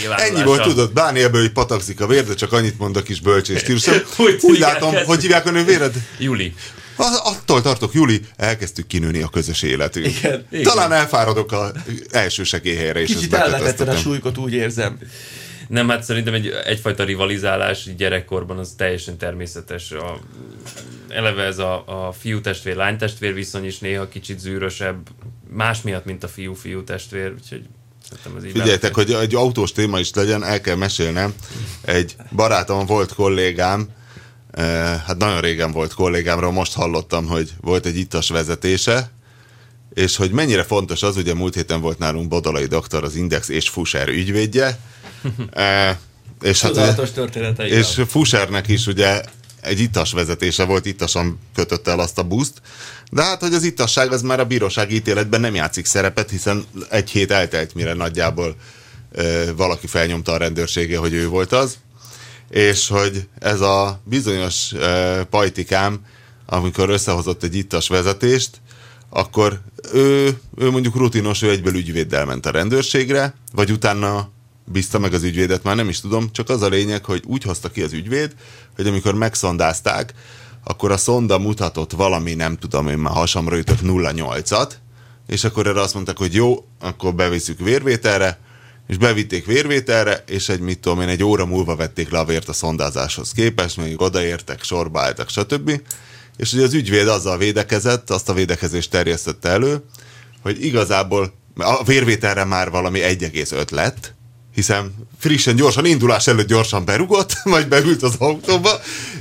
nyilvánulása. Ennyi volt, tudod, bánni ebből, hogy patakzik a vér, de csak annyit mond a kis bölcsés stílusom. Úgy Úgy, hívják látom, ezt. hogy hívják a nővéred? Juli. A- Attól tartok, Juli, elkezdtük kinőni a közös életünk. Igen. Igen. Talán elfáradok a első segélyhelyre, és ezt Kicsit elvetetted a bekötöztetem. súlykot, úgy érzem. Nem, hát szerintem egy, egyfajta rivalizálás gyerekkorban az teljesen természetes. A, eleve ez a, a fiú-testvér, lány-testvér viszony is néha kicsit zűrösebb, más miatt, mint a fiú-fiú testvér, úgyhogy szerintem ez így Figyeljetek, hogy egy autós téma is legyen, el kell mesélnem. Egy barátom volt kollégám, eh, hát nagyon régen volt kollégámra, most hallottam, hogy volt egy ittas vezetése, és hogy mennyire fontos az, ugye múlt héten volt nálunk Bodolai doktor, az Index és Fusár ügyvédje, Eh, és hát ugye, Tudatos történetei. és Fusernek is ugye egy ittas vezetése volt, ittasan kötötte el azt a buszt, de hát, hogy az ittasság az már a bírósági ítéletben nem játszik szerepet, hiszen egy hét eltelt, mire nagyjából ö, valaki felnyomta a rendőrsége, hogy ő volt az, és hogy ez a bizonyos ö, pajtikám, amikor összehozott egy ittas vezetést, akkor ő, ő mondjuk rutinos, ő egyből ügyvéddel ment a rendőrségre, vagy utána bízta meg az ügyvédet, már nem is tudom, csak az a lényeg, hogy úgy hozta ki az ügyvéd, hogy amikor megszondázták, akkor a szonda mutatott valami, nem tudom, én már hasamra ütök 0,8-at, és akkor erre azt mondták, hogy jó, akkor beviszük vérvételre, és bevitték vérvételre, és egy, mit tudom én, egy óra múlva vették le a vért a szondázáshoz képest, még odaértek, sorba álltak, stb. És ugye az ügyvéd azzal védekezett, azt a védekezést terjesztette elő, hogy igazából a vérvételre már valami 1,5 lett, hiszen frissen, gyorsan, indulás előtt gyorsan berugott, majd beült az autóba,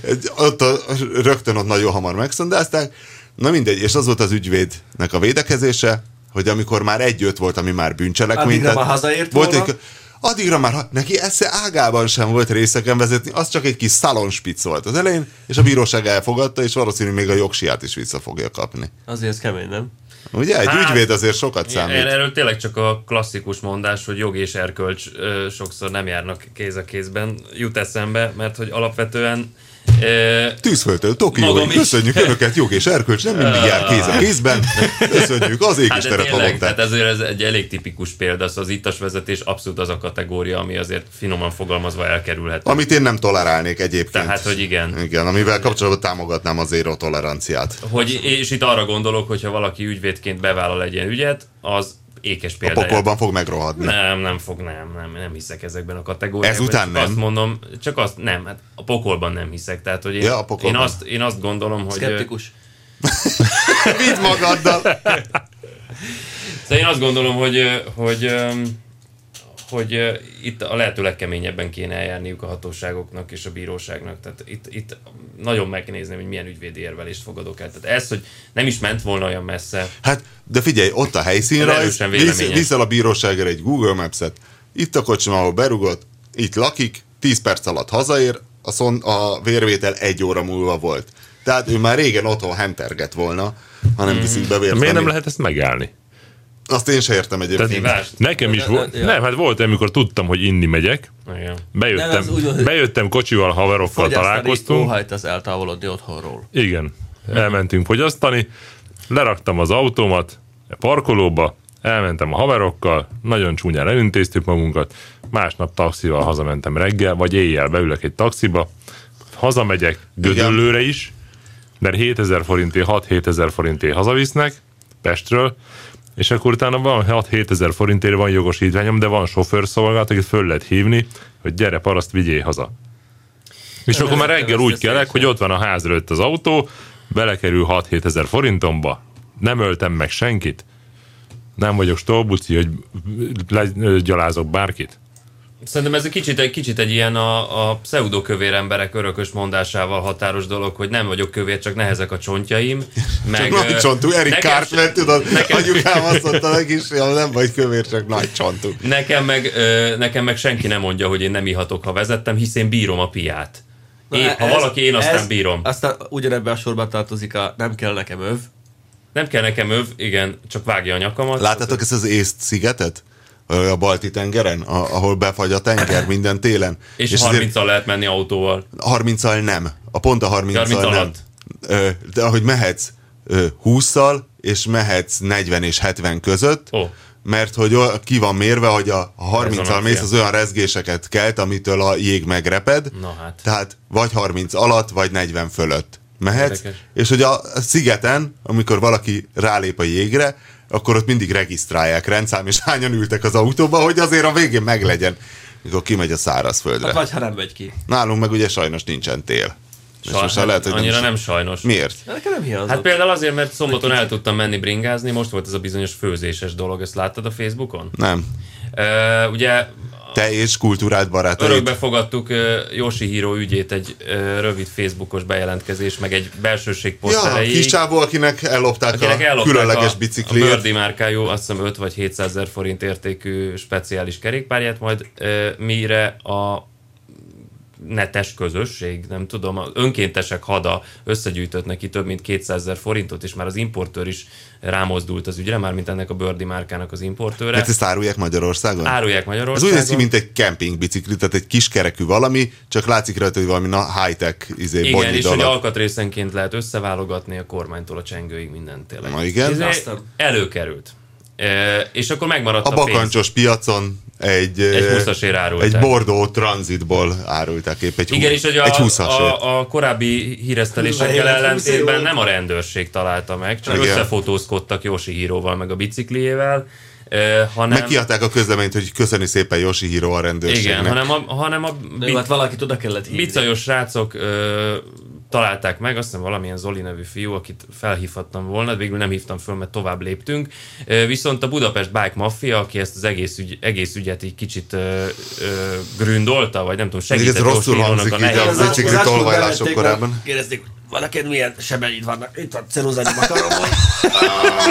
egy- ott a, rögtön ott nagyon hamar megszondázták. Na mindegy, és az volt az ügyvédnek a védekezése, hogy amikor már egy volt, ami már bűncselekmény. Addigra tehát már hazaért volt volna. Egy, addigra már ha- neki esze ágában sem volt részeken vezetni, az csak egy kis szalonspic volt az elején, és a bíróság elfogadta, és valószínű még a jogsiát is vissza fogja kapni. Azért ez kemény, nem? Ugye? Egy Hát- ügyvéd azért sokat Igen, számít. Erről tényleg csak a klasszikus mondás, hogy jog és erkölcs ö, sokszor nem járnak kéz a kézben, jut eszembe, mert hogy alapvetően ö, Tűzföldtől Tokióig. Magam is. Köszönjük önöket, jog és erkölcs, nem mindig jár kéz a kézben. Köszönjük az Hát de égisteret tényleg, halották. tehát ezért ez egy elég tipikus példa, szóval az ittas vezetés abszolút az a kategória, ami azért finoman fogalmazva elkerülhető. Amit én nem tolerálnék egyébként. Tehát, hogy igen. Igen, amivel kapcsolatban támogatnám az zéró toleranciát. Hogy, és itt arra gondolok, hogyha valaki ügyvédként bevállal egy ilyen ügyet, az ékes A példája. pokolban fog megrohadni. Nem, nem fog, nem, nem, nem hiszek ezekben a kategóriákban. Ezután csak nem? Azt mondom, csak azt, nem, hát a pokolban nem hiszek. Tehát, hogy én, Ja, a pokolban. én, azt, én azt gondolom, hogy... Skeptikus. Vidd magaddal! De én azt gondolom, hogy, ö, hogy, öm, hogy ö, itt a lehető legkeményebben kéne eljárniuk a hatóságoknak és a bíróságnak. Tehát itt, itt nagyon meg kell nézni, hogy milyen ügyvédi érvelést fogadok el. Tehát ez, hogy nem is ment volna olyan messze. Hát, de figyelj, ott a helyszínrajz, Erősen visz- véleményes. viszel a bíróságra egy Google Maps-et, itt a kocsma, ahol berugott, itt lakik, 10 perc alatt hazaér, a, szon, a vérvétel egy óra múlva volt. Tehát ő már régen otthon henterget volna, ha Hmm. nem viszik be vértani. Miért nem lehet ezt megállni? Azt én se értem egyébként. Tehát Hívást? nekem is Ja. volt, nem, hát volt, amikor tudtam, hogy inni megyek, Igen. bejöttem, Nem, az úgy- bejöttem kocsival, haverokkal találkoztunk, Óhajt az eltávolodni otthonról. Igen, elmentünk fogyasztani, leraktam az autómat a parkolóba, elmentem a haverokkal, nagyon csúnyán elintéztük magunkat, másnap taxival hazamentem reggel, vagy éjjel beülök egy taxiba, hazamegyek Gödöllőre is, mert 7000 forintért, 6-7 ezer forintért hazavisznek Pestről, és akkor utána van 6-7 ezer forintért van jogosítványom, de van sofőrszolgálat, akit föl lehet hívni, hogy gyere paraszt, vigyél haza. És akkor már reggel úgy kelek, hogy ott van a ház előtt az autó, belekerül 6-7 ezer forintomba, nem öltem meg senkit, nem vagyok stolbuci, hogy legyalázok bárkit. Szerintem ez egy kicsit, egy kicsit egy ilyen a, a pseudokövér emberek örökös mondásával határos dolog, hogy nem vagyok kövér, csak nehezek a csontjaim. Meg, Csak nagy ö, csontú, Eric nekem se- Cartman, tudod, nekem- anyukám azt mondta neki is, hogy nem vagy kövér, csak nagy csontú. Nekem meg, ö, nekem meg senki nem mondja, hogy én nem ihatok, ha vezettem, hisz én bírom a piát. Én, ha ez- valaki, én aztán ez- bírom. Aztán ugyanebben a sorban tartozik a nem kell nekem öv. Hát Nem kell nekem öv, igen, csak vágja a nyakamat. Láttátok ezt az észt szigetet? Ö, A balti tengeren, a- ahol befagy a tenger minden télen. és, azért 30 al lehet menni autóval. 30-al nem. A pont a 30-al 30 nem. alatt. Ö, de ahogy mehetsz, ö, 20-szal, és mehetsz 40 és 70 között, Ó. mert hogy o- ki van mérve, hogy a ha 30-al Rezonancia. mész, az olyan rezgéseket kelt, amitől a jég megreped. Na hát. Tehát vagy 30 alatt, vagy 40 fölött mehetsz. Érdekes. És hogy a a szigeten, amikor valaki rálép a jégre, akkor ott mindig regisztrálják rendszám, és hányan ültek az autóba, hogy azért a végén meglegyen, mikor kimegy a szárazföldre. Vagy ha nem megy ki. Nálunk meg ugye sajnos nincsen tél. És most már lehet, hogy Hát, annyira nem, nem, is- sajnos. Miért? Nekem nem hiányzott. Hát Hát, például azért, mert szombaton el tudtam menni bringázni, most volt ez a bizonyos főzéses dolog, ezt láttad a Facebookon? Nem. Ö, ugye Te és kultúrált barátaid. örökbe fogadtuk ö, Yoshi Hiro ügyét egy ö, rövid Facebookos bejelentkezés, meg egy belsőség poszt Ja, erejéig. kis csávó, akinek ellopták Akinek a ellopták különleges a, A bicikliért. Birdie márkájú, azt hiszem 5 vagy 700 ezer forint értékű speciális kerékpárját, majd ö, mire a netes közösség, nem tudom, az önkéntesek hada összegyűjtött neki több mint 200 ezer forintot, és már az importőr is rámozdult az ügyre, mármint ennek a Birdie márkának az importőre. Mert ezt árulják Magyarországon? Árulják Ez úgy Hát, Magyarországon. néz ki, mint egy kempingbicikli, tehát egy kiskerekű valami, csak látszik rajta, hogy valami na, high-tech izé, igen, bonyolult és hogy dolog. alkatrészenként lehet összeválogatni a kormánytól a csengőig mindent tényleg. Na igen. Ez Aztán. előkerült. E, és akkor megmaradt a, A bakancsos piacon egy, pénz. eh, Egy 20-asért árulták. egy bordó tranzitból árulták épp egy, hú- Igen, és hogy a, egy 20 a, a korábbi híresztelésekkel Leélet 20 ellentétben év. nem a rendőrség találta meg, csak Igen. Igen. összefotózkodtak Josi híróval meg a bicikliével, ö, hanem, Meg kiadták a közleményt, hogy köszöni szépen Josi Hiro a rendőrségnek. igen, hanem a, hanem a Jó, hát bit, valakit oda kellett hívni. bicajos srácok ö, találták meg, azt hiszem valamilyen Zoli nevű fiú, akit felhívhattam volna, de végül nem hívtam föl, mert tovább léptünk. Ö, viszont a Budapest Bike Mafia, aki ezt az egész, ügy, egész ügyet így kicsit ö, ö, gründolta, vagy nem tudom, Mindig segített ez rosszul Josi Hírónak hangzik a így nehéz a Az bicikli átkozásról tolvajlások bevették, korában. meg Kérdezték, hogy van neked milyen sebeid vannak? Itt van ceruzányom a karomból.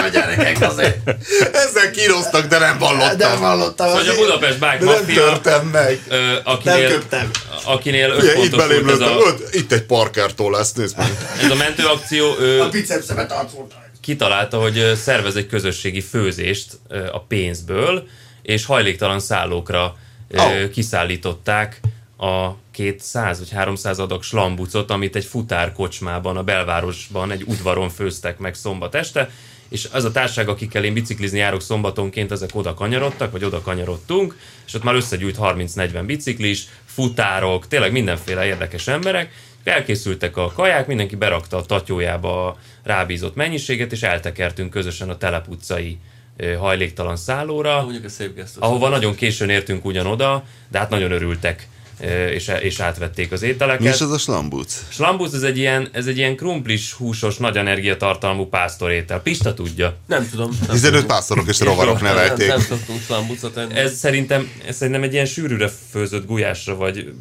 A gyerekek azért. Ezzel kíroztak, de nem vallottam. De hallottam. Hogy a azért. Budapest Bike De nem Mafia, törtem meg. ö, Nem akinél, köptem. akinél öt Ugye, itt pontos belém volt ez lőttem, a, öt, itt egy parkertól lesz, nézd meg. ez a mentőakció, ő A bicepszemet arcoltam. kitalálta, hogy ö, szervez egy közösségi főzést ö, a pénzből, és hajléktalan szállókra ö, Au. kiszállították a 200 vagy 300 adag slambucot, amit egy futárkocsmában a belvárosban egy udvaron főztek meg szombat este, és az a társaság, akikkel én biciklizni járok szombatonként, ezek oda kanyarodtak, vagy oda kanyarodtunk, és ott már összegyűjt 30-40 biciklis, futárok, tényleg mindenféle érdekes emberek, elkészültek a kaják, mindenki berakta a tatyójába a rábízott mennyiséget, és eltekertünk közösen a Telep utcai ö, hajléktalan szállóra Mondjuk a szép gesztus. ahova nagyon későn értünk ugyanoda, de hát nagyon örültek ö, és, e- és átvették az ételeket. Mi is az a slambuc? Slambusz ez egy ilyen, ez egy ilyen krumplis, húsos, nagy energiatartalmú pásztorétel. Pista tudja. Nem tudom. nem 15 tudom. pásztorok és rovarok Nem- Izé- nevelték. Nem szoktunk slambucot enni. Ez szerintem, ez szerintem egy ilyen sűrűre főzött gulyásra, vagy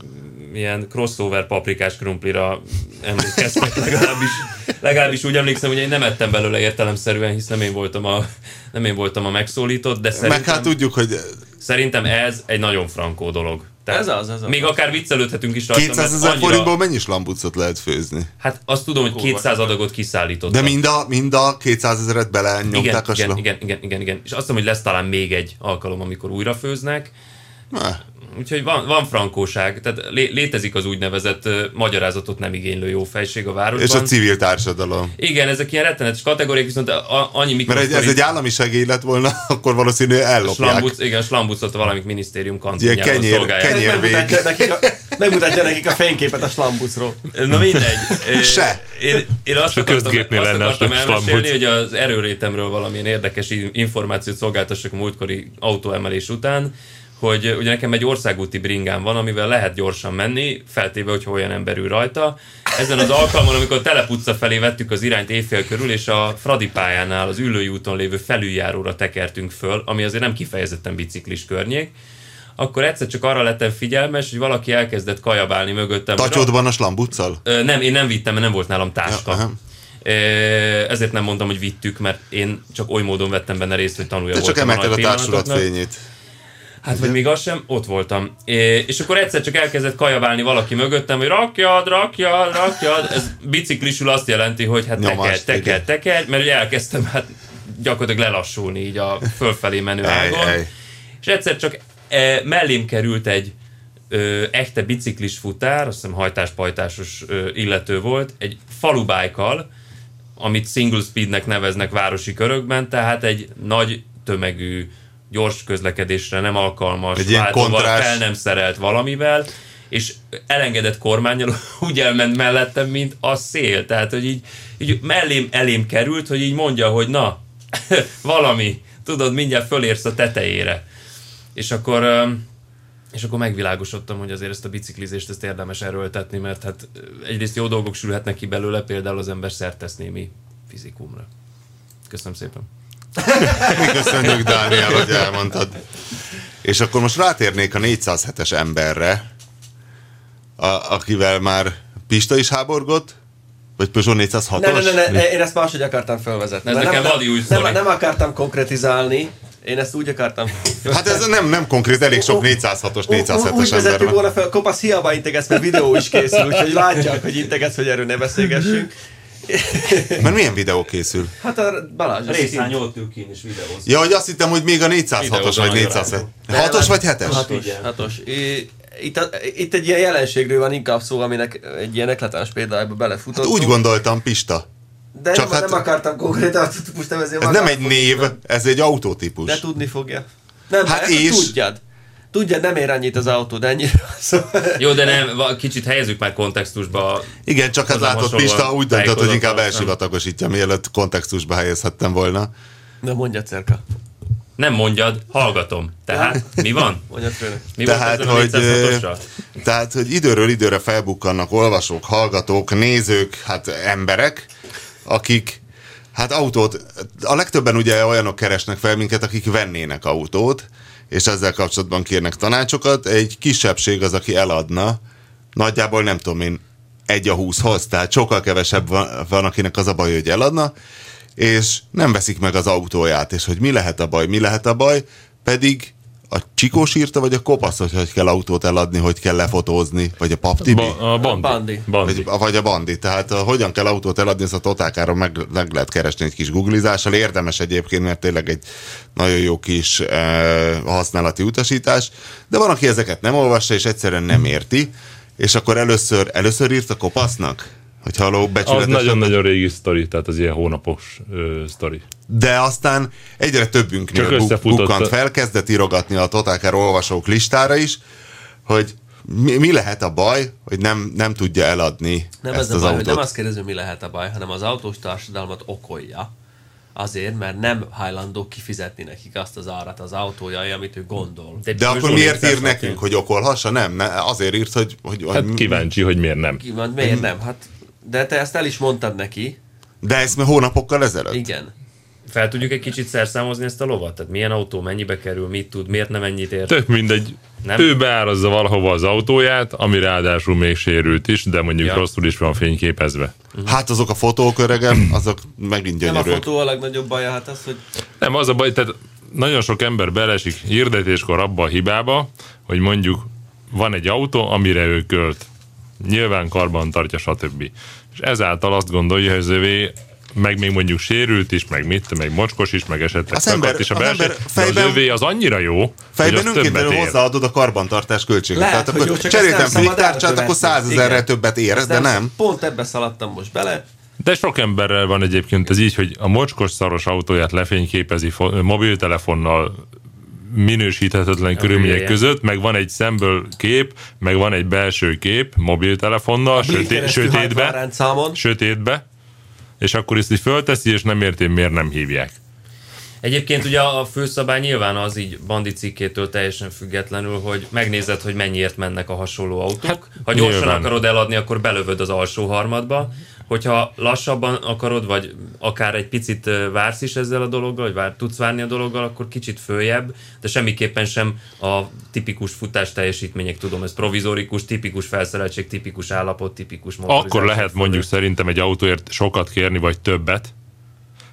ilyen crossover paprikás krumplira emlékeztek legalábbis. Legalábbis úgy emlékszem, hogy én nem ettem belőle értelemszerűen, hisz nem én voltam a, nem én voltam a megszólított, de szerintem... Meg hát tudjuk, hogy Szerintem ez egy nagyon frankó dolog. Ez az, ez az. Még akár viccelődhetünk is rajta, 200 mert ezer annyira- forintból mennyi slambucot lehet főzni? Hát azt tudom, hogy 200 adagot kiszállítottak. De mind a, mind a 200 ezeret igen, belenyomták a igen, slam... igen, igen, igen, igen. És azt hiszem, hogy lesz talán még egy alkalom, amikor újra főznek. Ne. Úgyhogy van, van frankóság, tehát lé, létezik az úgynevezett ö, magyarázatot nem igénylő jó fejség a És városban. a civil társadalom. Igen, ezek ilyen rettenetes kategóriák, viszont a, a, annyi Mert egy, ez egy állami segély lett volna, akkor valószínű ellopják. slambuc, igen, slambucot valamik minisztérium Ilyen kantinjában kenyér, szolgálják. kenyér Megmutatja nekik a- Megmutatja nekik a fényképet a slambucról. Na mindegy. Ö, Se. Én, én azt a akartam, közgépnél azt lenne a akartam slambuc. elmesélni, hogy az erőrétemről valamilyen érdekes in- információt szolgáltassak a múltkori autóemelés után, hogy ö, ugye nekem egy országúti bringám van, amivel lehet gyorsan menni, feltéve, hogy olyan ember ül rajta. Ezen az alkalmon, amikor Telep utca felé vettük az irányt éjfél körül, és a Fradi pályánál az ülői úton lévő felüljáróra tekertünk föl, ami azért nem kifejezetten biciklis környék, akkor egyszer csak arra lettem figyelmes, hogy valaki elkezdett kajabálni mögöttem. hogy Tatyodban a slambuccal? Ö, nem, én nem vittem, mert nem volt nálam Ja, táska. aha. Ö, Ezért nem mondtam, hogy vittük, mert én csak oly módon vettem benne részt, hogy tanulja Te csak voltam emelted a nagy társulat pillanatoknak. fényét. Hát, vagy még az sem, ott voltam. É, és akkor egyszer csak elkezdett kajaválni valaki mögöttem, hogy rakjad, rakjad, rakjad. Ez biciklisül azt jelenti, hogy hát teker, Nyomást, teker, igen. teker, mert ugye elkezdtem hát gyakorlatilag lelassulni így a fölfelé menő Ej, ágon. ej. És egyszer csak e, mellém került egy ö, echte biciklis futár, azt hiszem hajtáspajtásos ö, illető volt, egy falubájkal, amit single speednek neveznek városi körökben, tehát egy nagy tömegű, gyors közlekedésre nem alkalmas, Egy ilyen váltóval kontrás- fel nem szerelt valamivel, és elengedett kormányjal úgy elment mellettem, mint a szél. Tehát, hogy így, így mellém elém került, hogy így mondja, hogy na, valami, tudod, mindjárt fölérsz a tetejére. És akkor öm, és akkor megvilágosodtam, hogy azért ezt a biciklizést ezt érdemes erőltetni, mert hát ö, egyrészt jó dolgok sülhetnek ki belőle, például az ember szert tesz némi fizikumra. Köszönöm szépen. Mi köszönjük, Dániel, hogy elmondtad. És akkor most rátérnék a 407-es emberre, a, akivel már Pista is háborgott, vagy Peugeot 406-os? Ne, ne, ne, ne, én ezt máshogy akartam felvezetni. Ez Mert nekem nem, vadi új sztori. nem, nem, akartam konkretizálni, én ezt úgy akartam. Hát ez nem, nem konkrét, elég sok 406-os, Ú- ú- Úgy 407-es ember vezettük van. volna fel, kopasz hiába integetsz, mert videó is készül, úgyhogy látják, hogy integetsz, hogy erről ne beszélgessünk. Mert milyen videó készül? Hát a Balázs, az Részány ott ül kín és videóz. Ja, hogy azt hittem, hogy még a 406-os vagy Videóban 407-es. Nem, 6-os vagy hát- 7-es? Hatos, Figyelj. hatos. I- Itt, a- itt egy ilyen jelenségről van inkább szó, aminek egy ilyen ekletáns példájába belefutott. Hát úgy gondoltam, Pista. De csak csak nem, hát- hát, nem akartam konkrétan most nevezni Ez magam. nem egy név, ez egy autótípus. De tudni fogja. Nem, Hát hát és... és? tudjad. Tudjad, nem ér annyit az autó, de ennyire szóval... Jó, de nem, va- kicsit helyezzük már kontextusba. Igen, csak hát Hozzám látott hasonlóan Pista úgy döntött, hogy inkább tájékozatlan, elsivatagosítja, mielőtt kontextusba helyezhettem volna. Na mondja, Cerka. Nem mondjad, hallgatom. Tehát mi van? Mondja, főnök. Mi Tehát, volt hogy, ezen a 406-osra? tehát, hogy időről időre felbukkannak olvasók, hallgatók, nézők, hát emberek, akik hát autót, a legtöbben ugye olyanok keresnek fel minket, akik vennének autót, és ezzel kapcsolatban kérnek tanácsokat. Egy kisebbség az, aki eladna, nagyjából nem tudom én, egy a húszhoz, tehát sokkal kevesebb van, van, akinek az a baj, hogy eladna, és nem veszik meg az autóját, és hogy mi lehet a baj, mi lehet a baj, pedig a csikós írta, vagy a kopasz, hogy hogy kell autót eladni, hogy kell lefotózni, vagy a pap Tibi? Ba- a bandi. Bandi. bandi. Vagy, vagy a bandi. Tehát a, hogyan kell autót eladni, ez a totálkára meg, meg lehet keresni egy kis googlizással. Érdemes egyébként, mert tényleg egy nagyon jó kis e, használati utasítás. De van, aki ezeket nem olvassa, és egyszerűen nem érti. És akkor először, először írt a kopasznak? Hogy haló, Az becsületes. nagyon-nagyon régi sztori, tehát az ilyen hónapos ö, sztori. De aztán egyre többünknél Csak buk- összefutott bukkant a- fel, kezdett írogatni a Totálkár olvasók listára is, hogy mi, mi lehet a baj, hogy nem, nem tudja eladni Nem ezt ez a az baj, hogy autót. nem azt kérdezem, mi lehet a baj, hanem az autós társadalmat okolja. Azért, mert nem hajlandó kifizetni nekik azt az árat az autójai, amit ő gondol. De Peugeot akkor miért ír 406-os. nekünk, hogy okolhassa? Nem, ne, azért írt, hogy... hogy, hogy Hát kíváncsi, hogy miért nem. Ki mond, Mm-hmm. miért nem? Hát, de te ezt el is mondtad neki. de ezt már hónapokkal ezelőtt? Igen. Fel tudjuk egy kicsit szerszámozni ezt a lovat? Tehát milyen autó mennyibe kerül, mit tud, miért nem ennyit ér? Tök mindegy. Nem? Nem. Ő beárazza valahova az autóját, ami ráadásul még sérült is, de mondjuk Ja. ja. rosszul is van fényképezve. Hát azok a fotók, öregem, azok megint Nem a gyönyörűek. fotó a legnagyobb baja, hát az, hogy Nem, az a baj, tehát nagyon sok ember belesik hirdetéskor abba a hibába, hogy mondjuk van egy autó, amire ő költ. Nyilván karban tartja, stb. És ezáltal azt gondolja, hogy az övé meg még mondjuk sérült is, meg mit, meg mocskos is, meg esetleg Az ember- szakadt is a az belső, ember de fejben- az övé az annyira jó, hogy Fejben az többet önkéntelenül ér. hozzáadod a karbantartás költséget. Lehet, Tehát hogy akkor jó, csak cseréltem ezt nem szabad fliktárcsát, akkor elkövetni. százezerrel Igen. többet ér, de nem. Pont ebbe szaladtam most bele. De sok emberrel van egyébként ez így, hogy a mocskos szaros autóját lefényképezi fo- mobiltelefonnal minősíthetetlen körülmények hülye. között, meg van egy szemből kép, meg van egy belső kép mobiltelefonnal, sötét, Keresztül hajtva a sötétbe, Rendszámon. sötétbe, és akkor ezt így fölteszi, és nem érti, miért nem hívják. Egyébként ugye a főszabály nyilván az így bandi cikkétől teljesen függetlenül, hogy megnézed, hogy mennyiért mennek a hasonló autók. Hát, ha gyorsan nyilván. akarod eladni, akkor belövöd az alsó harmadba. Hogyha lassabban akarod, vagy akár egy picit ö, vársz is ezzel a dologgal, vagy vár, tudsz várni a dologgal, akkor kicsit följebb, de semmiképpen sem a tipikus futás teljesítmények, tudom, ez provizorikus, tipikus felszereltség, tipikus állapot, tipikus Akkor motorizáció. lehet mondjuk szerintem egy autóért sokat kérni, vagy többet,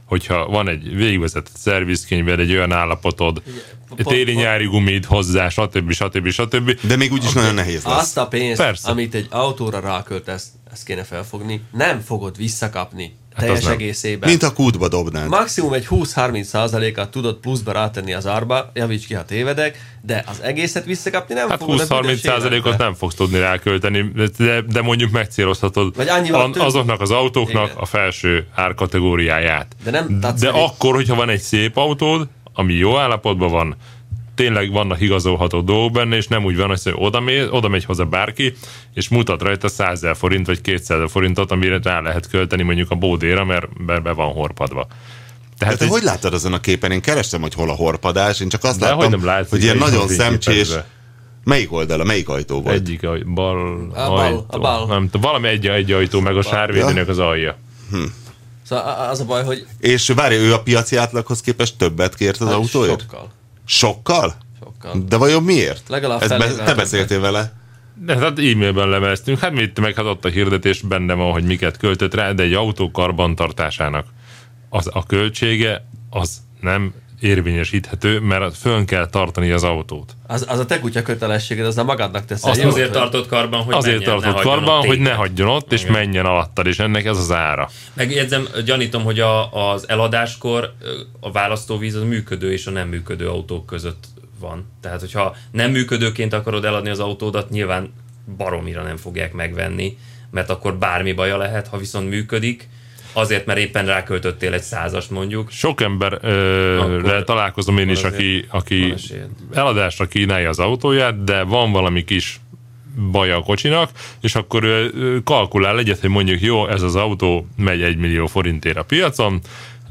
hogyha van egy végigvezetett szervizkönyved, egy olyan állapotod, pont- téli-nyári gumid hozzá, stb. stb. stb. De még úgyis nagyon nehéz lesz. Azt a pénzt, Persze. amit egy autóra ráköltesz, ezt kéne felfogni, nem fogod visszakapni. teljes Hát nem. egészében. Mint a kútba dobnád. Maximum egy 20-30%-át tudod pluszba rátenni az árba, javíts ki, ha tévedek, de az egészet visszakapni nem Hát fogod. a büdös 20-30 százalékot életbe. nem fogsz tudni rákölteni, de, de mondjuk megcélozhatod Vagy annyival an, több. azoknak az autóknak Igen. Hát a felső árkategóriáját. De nem de tatszani. akkor, hogyha van egy szép autód, ami jó állapotban van, tényleg vannak igazolható dolgok benne, és nem úgy van, hogy oda megy, oda megy hozzá bárki, és mutat rajta 100 000 forint vagy 200 000 forintot, amire rá lehet költeni mondjuk a bódéra, mert mert be van horpadva. Hát Tehát te egy- hogy láttad azon a képen? Én kerestem, hogy hol a horpadás, én csak azt De láttam, hogy nem látszik, hogy ilyen hogy nagyon van fényképezve. szemcsés... Melyik oldala, melyik ajtó volt? Egyik aj, bal A bal, ajtó. a bal. Nem tudom, valami egy, egy ajtó, meg a sárvédőnek az alja. Szóval a- a- az a baj, hogy És várj, ő a piaci átlaghoz képest többet kért Hát az autóért? sokkal. Sokkal? Sokkal. De vajon miért? Legalább Ezt felével be, te többet. beszéltél vele? De hát e-mailben leveleztünk, hát mit meg hát ott a hirdetés benne van, hogy miket költött rá, de egy autó karbantartásának az a költsége az nem érvényesíthető, mert fönn kell tartani az autót. Az, az a te kutya kötelességed, az a magadnak teszel. Azt Jó, Azért hogy- tartott karban, hogy Azért menjen, ne tartott hagyjon karban, ott hogy ne téged. hagyjon ott, és menjen alattad, és ennek ez az ára. Megjegyzem, gyanítom, hogy a, az eladáskor ö, a választóvíz az működő és a nem működő autók között van. Tehát, hogyha nem működőként akarod eladni az autódat, nyilván baromira nem fogják megvenni, mert akkor bármi baja lehet, ha viszont működik, azért, mert éppen ráköltöttél egy százast mondjuk. Sok emberrel Akkor- találkozom én is, akkor aki, aki van esélyed. eladásra kínálja az autóját, de van valami kis baja a kocsinak, és akkor ő, ő kalkulál egyet, hogy mondjuk jó, ez az autó megy 1 millió forintért a piacon,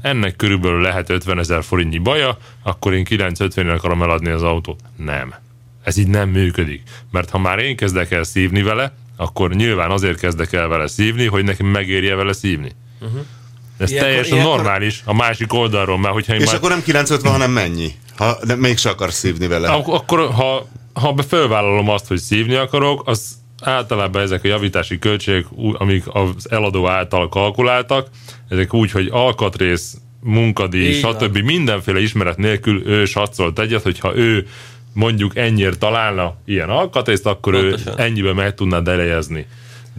ennek körülbelül lehet 50 ezer forintnyi baja, akkor én 950 ért akarom eladni az autót. Nem. Ez így nem működik. Mert ha már én kezdek el szívni vele, akkor nyilván azért kezdek el vele szívni, hogy nekem megérje vele szívni. Mhm. Ez Ilyenkor- teljesen ilyenkor- normális a másik oldalról, mert hogyha én És már... akkor nem 950, hanem mennyi? Ha de mégse akarsz szívni vele. Ak- akkor ha, ha be- fölvállalom azt, hogy szívni akarok, az általában ezek a javítási költségek, ú- amik az eladó által kalkuláltak, ezek úgy, hogy alkatrész, munkadíj, Így van. stb. mindenféle ismeret nélkül ő satszolt egyet, hogyha ő mondjuk ennyiért találna ilyen alkatrészt, akkor Pontosan. ő ennyiben meg tudná delejezni.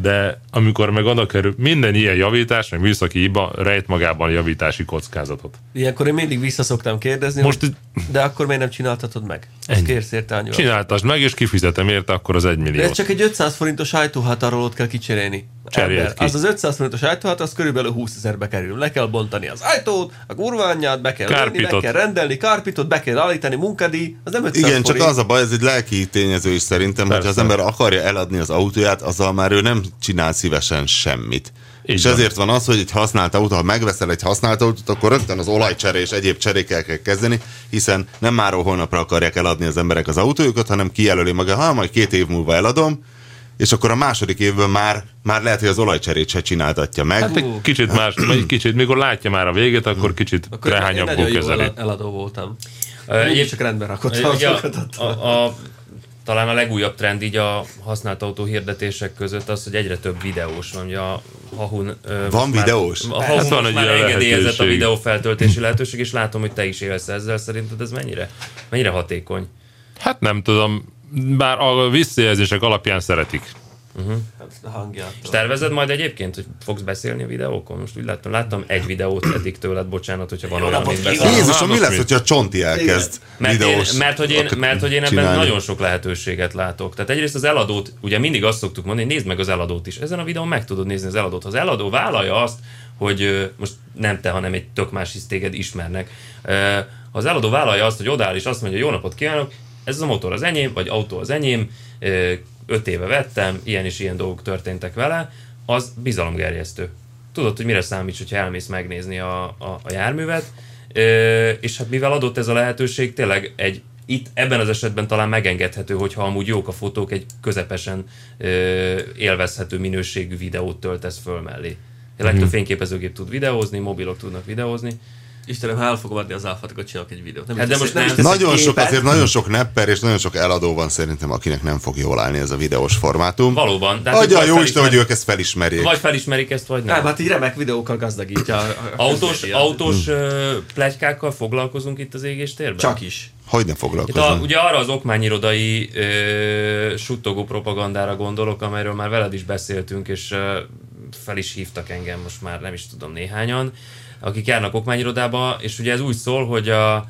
De amikor meg oda kerül, minden ilyen javítás, meg műszaki hiba rejt magában javítási kockázatot. Ilyenkor én mindig vissza szoktam kérdezni, Most hogy, itt- de akkor miért nem csináltatod meg? Ezt Ennyi. kérsz érte annyival. Csináltasd meg, és kifizetem érte akkor az egy De milliót. ez csak egy 500 forintos ajtóhatárolót kell kicserélni. Cseréld Ember, ki. Az az 500 forintos ajtóhat, az körülbelül 20 ezerbe kerül. Le kell bontani az ajtót, a kurványát, be kell lenni, be Kárpitot. kell rendelni, kárpitot, be kell állítani, munkadíj, az nem 500 Igen, forint. csak az a baj, ez egy lelki tényező is szerintem, hogy az Persze. ember akarja eladni az autóját, azzal már ő nem csinál szívesen semmit. Így és van. ezért van az, hogy egy használt autó, ha megveszel egy használt autót, akkor rögtön az olajcseré és egyéb cserékkel kell kezdeni, hiszen nem máról holnapra akarják eladni az emberek az autójukat, hanem kijelöli maga, ha majd két év múlva eladom, és akkor a második évben már, már lehet, hogy az olajcserét se csináltatja meg. Hát egy kicsit más, vagy egy kicsit, mikor látja már a végét, akkor kicsit Akkor én- én rehányabbul nagyon jó kezeli. ela- eladó voltam. Ö, Én én- csak rendben rakottam. Ugye a, azokat. a, a, talán a legújabb trend így a használt autó hirdetések között az, hogy egyre több videós van. Ugye a Hahun, ö, most már- videós? A Hahun Hát van van most egy már ilyen engedélyezett a lehetőség. videó feltöltési lehetőség, és látom, hogy te is élsz ezzel. Szerinted ez mennyire, mennyire hatékony? Hát nem tudom, bár a visszajelzések alapján szeretik. A hangjától. Tervezed majd egyébként, hogy fogsz beszélni a videókon? Most úgy láttam, láttam egy videót eddig tőled, bocsánat, hogyha van olyan, amit beszélsz. Jézusom, mi Most lesz, mi? hogyha a Csonti elkezd Mert én, videós mert, hogy én, mert hogy én ebben csinálni? nagyon sok lehetőséget látok. Tehát egyrészt az eladót, ugye mindig azt szoktuk mondani, nézd meg az eladót is. Ezen a videón meg tudod nézni az eladót. Ha az eladó vállalja azt, hogy ö, most nem te, hanem egy tök más hisz téged ismernek. Ö, Ha az eladó vállalja azt, hogy odáll és azt mondja, jó napot kívánok, ez a motor az enyém, vagy autó az enyém, ö, öt éve vettem, ilyen és ilyen dolgok történtek vele, az bizalomgerjesztő. Tudod, hogy mire számíts, hogyha elmész megnézni a, a, a járművet, Ö, és hát mivel adott ez a lehetőség, tényleg egy itt ebben az esetben talán megengedhető, hogyha amúgy jók a fotók, egy közepesen ö, élvezhető minőségű videót töltesz föl mellé. A legtöbb fényképezőgép tud videózni, mobilok tudnak videózni. Istenem, ha el fogom adni az áfát, akkor csinálok egy videót. Nem Hát is de most teszek- nem is nem- teszek Nagyon sok, képet. azért nagyon sok nepper és nagyon sok eladó van szerintem, akinek nem fog jól állni ez a videós formátum. Valóban. de hát Adja a vagy jó Isten, felismer- hogy ők ezt felismerjék. Vagy felismerik ezt, vagy nem. Nem, hát így remek videókkal gazdagítja. a- a- a Autós, közvetítőt. autós ö, plegykákkal foglalkozunk itt az égéstérben? Csak is. Hogy ne Itt a, foglalkozom. ugye arra az okmányirodai ö, suttogó propagandára gondolok, amelyről már veled is beszéltünk, és ö, fel is hívtak engem, most már nem is tudom néhányan, akik járnak okmányirodába, és ugye ez úgy szól, hogy a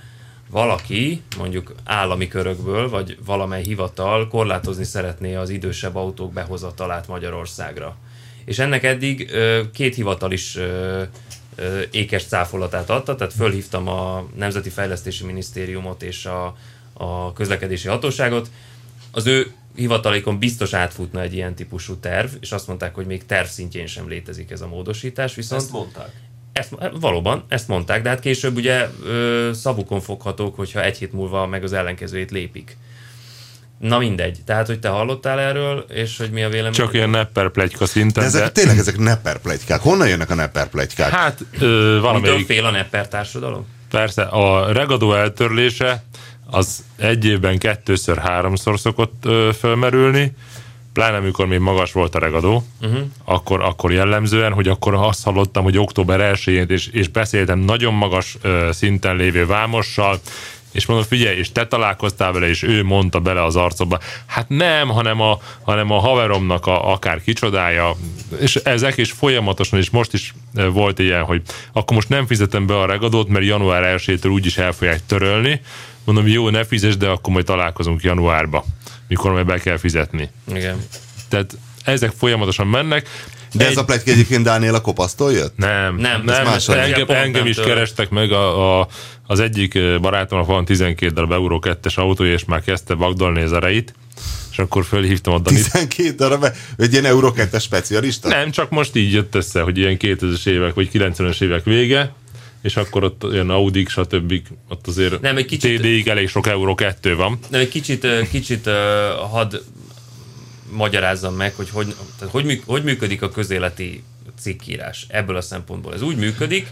valaki, mondjuk állami körökből, vagy valamely hivatal korlátozni szeretné az idősebb autók behozatalát Magyarországra. És ennek eddig ö, két hivatal is ö, ö, ékes cáfolatát adta, tehát fölhívtam a Nemzeti Fejlesztési Minisztériumot és a, a közlekedési hatóságot, az ő hivatalékon biztos átfutna egy ilyen típusú terv, és azt mondták, hogy még terv szintjén sem létezik ez a módosítás, viszont Ezt mondták. ezt, valóban, ezt mondták, de hát később ugye ö, szavukon foghatók, hogyha egy hét múlva meg az ellenkezőjét lépik. Na mindegy, tehát hogy te hallottál erről, és hogy mi a vélemény? Csak ilyen nepper plegyka szinten, De de, ezek tényleg ezek nepper plegykák. Honnan jönnek a nepper plegykák? hát ö, Mitől valamelyik fél a nepper társadalom? Persze, a regadó eltörlése az egy évben kettőször, háromszor szokott ö, fölmerülni, pláne amikor még magas volt a regadó, uh-huh. akkor, akkor jellemzően, hogy akkor azt hallottam, hogy október 1-én, és, és beszéltem nagyon magas ö, szinten lévő vámossal, és mondom, figyelj, és te találkoztál vele, és ő mondta bele az arcodba. Hát nem, hanem a, hanem a haveromnak a, akár kicsodája, és ezek is folyamatosan, és most is ö, volt ilyen, hogy akkor most nem fizetem be a regadót, mert január 1-től úgyis el fogják törölni. Mondom, jó, ne fizes, de akkor majd találkozunk januárba, mikor majd be kell fizetni. Igen. Tehát ezek folyamatosan mennek. De ez a plegyka egyébként Dániel a kopasztól jött? Nem, Nem, nem, ez nem más lenne. engem, engem, Pont nem engem is tőle. kerestek meg a, a, az egyik ö, barátomnak van 12 darab Euró 2-es autója, és már kezdte vagdalni az ereit, és akkor fölhívtam a Danit. 12 darab, egy ilyen Euro 2 specialista? Nem, csak most így jött össze, hogy ilyen 2000-es évek, vagy 90-es évek vége, és akkor ott olyan Audi, stb. ott azért Nem, nem, egy egy kicsit- TD-ig elég sok Euró 2 van. De egy kicsit, ö, kicsit ö, hadd magyarázzam meg, hogy hogy, tehát hogy, mű- hogy működik a közéleti cikkírás ebből a szempontból. Ez úgy működik,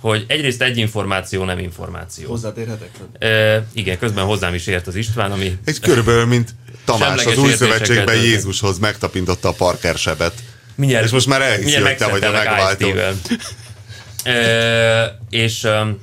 hogy egyrészt egy információ nem információ. Hozzátérhetek? Ö, igen, közben hozzám is ért az István, ami Egy körülbelül, mint Tamás Semleges az új érzésekkel szövetségben töltött. Jézushoz megtapintotta a Parker sebet. mindjárt... És most már elhiszi, mindjárt hogy te vagy a megszüntelek megváltó. IT-vel. Ö, és öm,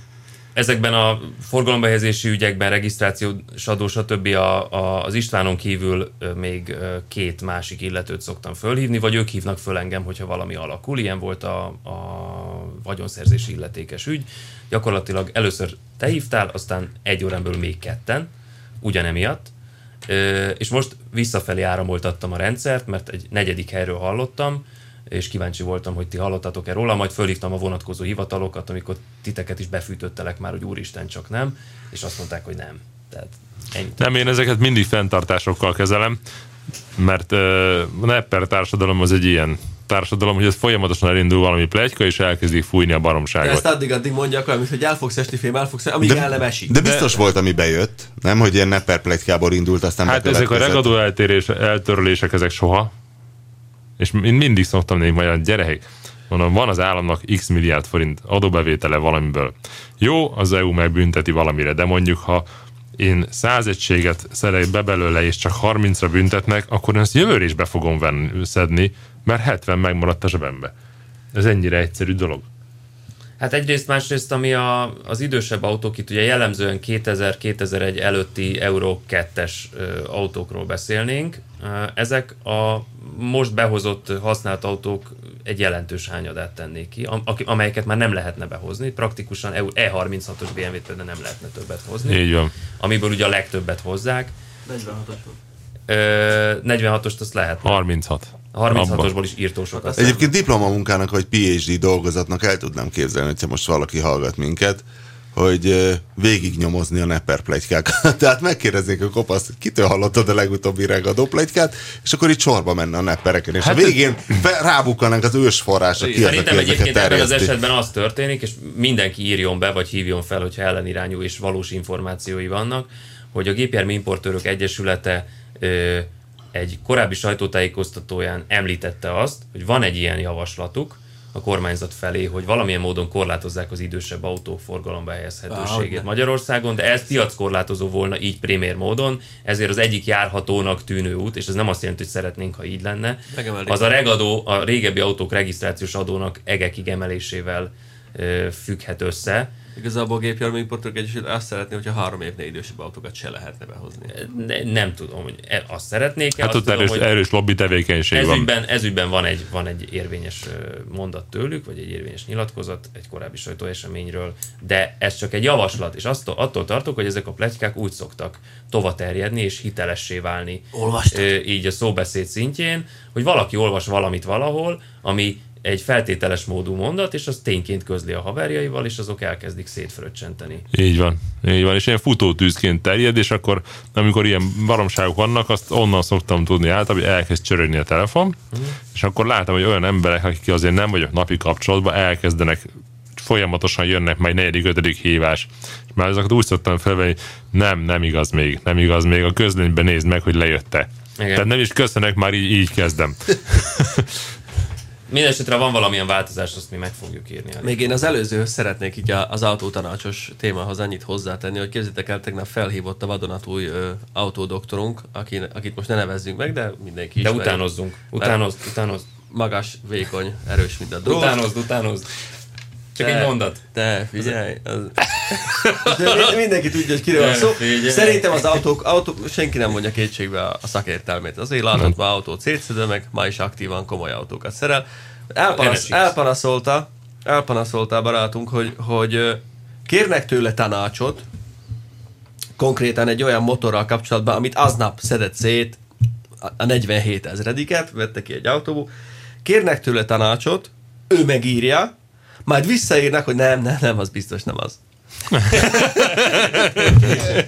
ezekben a forgalombehelyezési ügyekben, regisztráció, sadó, stb. A, a, az Istvánon kívül ö, még ö, két másik illetőt szoktam fölhívni, vagy ők hívnak föl engem, hogyha valami alakul. Ilyen volt a, a vagyonszerzési illetékes ügy. Gyakorlatilag először te hívtál, aztán egy órán belül még ketten, ugyanemiatt. Ö, és most visszafelé áramoltattam a rendszert, mert egy negyedik helyről hallottam, és kíváncsi voltam, hogy ti hallottatok-e róla, majd fölhívtam a vonatkozó hivatalokat, amikor titeket is befűtöttelek már, hogy úristen, csak nem, és azt mondták, hogy nem. Tehát ennyit. Nem, én ezeket mindig fenntartásokkal kezelem, mert ö, a nepper társadalom az egy ilyen társadalom, hogy ez folyamatosan elindul valami plegyka, és elkezdik fújni a De baromságot. ezt addig-addig mondják olyan, mintha el fogsz esni, fém, el fogsz esni, amíg el nem esik. De biztos volt, ami bejött. Nem, hogy ilyen nepper plegykából indult, aztán Hát ezek a bekövetkezett. regadó eltérés, eltörlések, ezek soha. És én mindig szoktam nézni majd, gyerekek, mondom, van az államnak x milliárd forint adóbevétele valamiből. Jó, az EU megbünteti valamire, de mondjuk, ha én száz egységet szerek be belőle, és csak 30-ra büntetnek, akkor én ezt jövőre is be fogom venni, szedni, mert 70 megmaradt a zsebembe. Ez ennyire egyszerű dolog. Hát egyrészt, másrészt, ami a, az idősebb autók, itt ugye jellemzően 2000-2001 előtti Euro 2-es ö, autókról beszélnénk, Ö, ezek a most behozott használt autók egy jelentős hányadát tennék ki, am- aki- amelyeket már nem lehetne behozni, praktikusan E EU- E36-os BMW-t például nem lehetne többet hozni. Így van. amiből ugye a legtöbbet hozzák. 46-os volt. Ö, 46-ost azt lehet. 36. Abban. 36-osból is írtó sokat. Egyébként diplomamunkának vagy PhD dolgozatnak el tudnám képzelni, hogyha most valaki hallgat minket, hogy ö, végignyomozni a nepper plegykákat. Tehát megkérdeznék a kopaszt, hogy kitől hallottad a legutóbbi regadó plegykát, és akkor itt sorba menne a neppereken, és hát a végén fe, rábukkanánk az ős forrásra, ki az, aki Szerintem ezeket egyébként ebben az terjeszti. esetben az történik, és mindenki írjon be, vagy hívjon fel, hogyha ellenirányú és valós információi vannak, hogy a Gépjármű Importőrök Egyesülete ö, egy korábbi sajtótájékoztatóján említette azt, hogy van egy ilyen javaslatuk a kormányzat felé, hogy valamilyen módon korlátozzák az idősebb autók forgalomba helyezhetőségét Magyarországon, de ez piackorlátozó volna így primér módon, ezért az egyik járhatónak tűnő út, és ez nem azt jelenti, hogy szeretnénk, ha így lenne, Megemelik. az a regadó a régebbi autók regisztrációs adónak egekig emelésével ö, függhet össze, Igazából a gépjárműimportőrök egyesület azt szeretné, hogyha három évnél idősebb autókat se lehetne behozni. Ne, nem tudom, hogy e- azt szeretnék Hát ott erős, erős lobby tevékenység van. ezügyben, ezügyben van, egy, van egy érvényes ö, mondat tőlük, vagy egy érvényes nyilatkozat egy korábbi sajtóeseményről, de ez csak egy javaslat, és azt, attól tartok, hogy ezek a pletykák úgy szoktak tovaterjedni és hitelessé válni. Olvastad? Így a szóbeszéd szintjén, hogy valaki olvas valamit valahol, ami egy feltételes módú mondat, és az tényként közli a haverjaival, és azok elkezdik szétfröccsenteni. Így van, így van, és ilyen futótűzként terjed, és akkor amikor ilyen baromságok vannak, azt onnan szoktam tudni általában, hogy elkezd csörögni a telefon, és akkor látom, hogy olyan emberek, akik azért nem vagyok napi kapcsolatban, elkezdenek folyamatosan jönnek majd negyedik, ötödik hívás. És már ezeket úgy szoktam felvenni, nem, nem igaz még, nem igaz még, a közlönyben nézd meg, hogy lejötte. Igen. Tehát nem is köszönök, már így, így kezdem. Mindenesetre van valamilyen változás, azt mi meg fogjuk írni. Még én az előzőhöz szeretnék így a- az autótanácsos témához annyit hozzátenni, hogy képzétek el, tegnap felhívott a vadonatúj ö, autódoktorunk, aki, akit most ne nevezzünk meg, de mindenki De ismeri. utánozzunk. Utánozd, utánozd. Magas, vékony, erős, mint a drog. Utánozd, utánozd. Csak Te- Eh. egy mondat. Te, figyelj! Az... De mi- mindenki tudja, hogy kiről van szó. Ne, figyelj. Szerintem az autók, autó, senki nem mondja kétségbe a, a szakértelmét. Azért látott már autót szétszedő, meg ma is aktívan komoly autókat szerel. Elpanasz, NSX. elpanaszolta, elpanaszolta a barátunk, hogy, hogy ö, kérnek tőle tanácsot, konkrétan egy olyan motorral kapcsolatban, amit aznap szedett szét, a- a 47 ezrediket, vette ki egy autóból, kérnek tőle tanácsot, ő megírja, majd visszaírnak, hogy nem, nem, nem, az biztos nem az.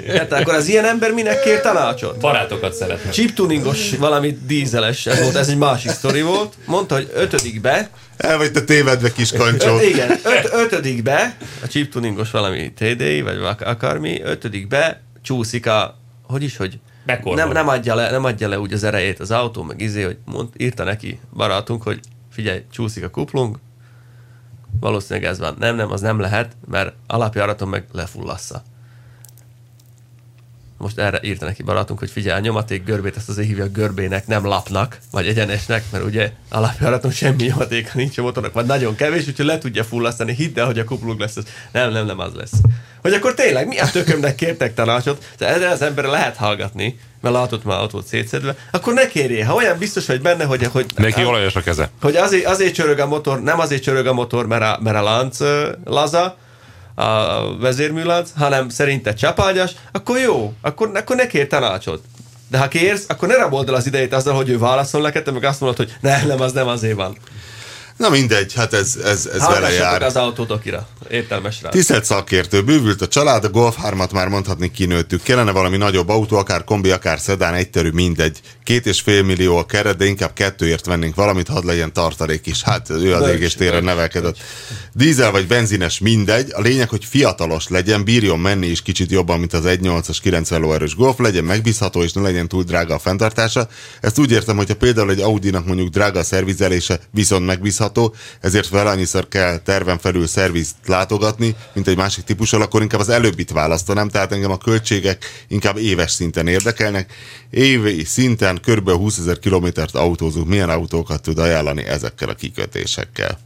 hát akkor az ilyen ember minek kér tanácsot? Barátokat szeretnek. Chip tuningos, valami dízeles, ez volt, ez egy másik sztori volt. Mondta, hogy ötödikbe, El vagy te tévedve, kis kancsó. öt, igen, öt, ötödikbe, a chip tuningos valami TDI, vagy ak- akármi, ötödikbe csúszik a, hogy is, hogy Bekormol. nem, nem, adja le, nem adja le úgy az erejét az autó, meg izé, hogy mond, írta neki barátunk, hogy figyelj, csúszik a kuplung, valószínűleg ez van. Nem, nem, az nem lehet, mert alapjáraton meg lefullassza. Most erre írta neki barátunk, hogy figyelj, a nyomaték görbét ezt azért hívja görbének, nem lapnak, vagy egyenesnek, mert ugye alapjáraton semmi nyomatéka nincs a motornak, vagy nagyon kevés, úgyhogy le tudja fullasztani, hidd el, hogy a kuplung lesz ez. Nem, nem, nem az lesz. Hogy akkor tényleg mi a tökömnek kértek tanácsot, tehát erre az emberre lehet hallgatni, mert látott már autót szétszedve, akkor ne kérjél, ha olyan biztos vagy benne, hogy, hogy Neki olajos a keze. hogy azért, azért csörög a motor, nem azért csörög a motor, mert a, mert a lánc ö, laza, a vezérműlánc, hanem szerinte csapágyas, akkor jó, akkor, akkor ne kér tanácsot. De ha kérsz, akkor ne rabold el az idejét azzal, hogy ő válaszol neked, te meg azt mondod, hogy nem, nem, az nem azért van. Na mindegy, hát ez, ez, ez vele Hallgassatok jár. az autódokira, értelmes rá. Tisztelt szakértő, bővült a család, a Golf 3-at már mondhatni kinőttük. Kellene valami nagyobb autó, akár kombi, akár szedán, egyterű, mindegy. Két és fél millió a keret, de inkább kettőért vennénk valamit, hadd legyen tartalék is. Hát ő az Bölcs, égéstéren bölcs, nevelkedett. Dízel vagy benzines, mindegy. A lényeg, hogy fiatalos legyen, bírjon menni is kicsit jobban, mint az 1.8-as 90 lóerős Golf, legyen megbízható és ne legyen túl drága a fenntartása. Ezt úgy értem, hogyha például egy Audinak mondjuk drága a szervizelése, viszont megbízható, ezért vele annyiszor kell terven felül szervizt látogatni, mint egy másik típussal, akkor inkább az előbbit választanám, tehát engem a költségek inkább éves szinten érdekelnek. Évi szinten kb. 20 ezer kilométert autózunk, milyen autókat tud ajánlani ezekkel a kikötésekkel.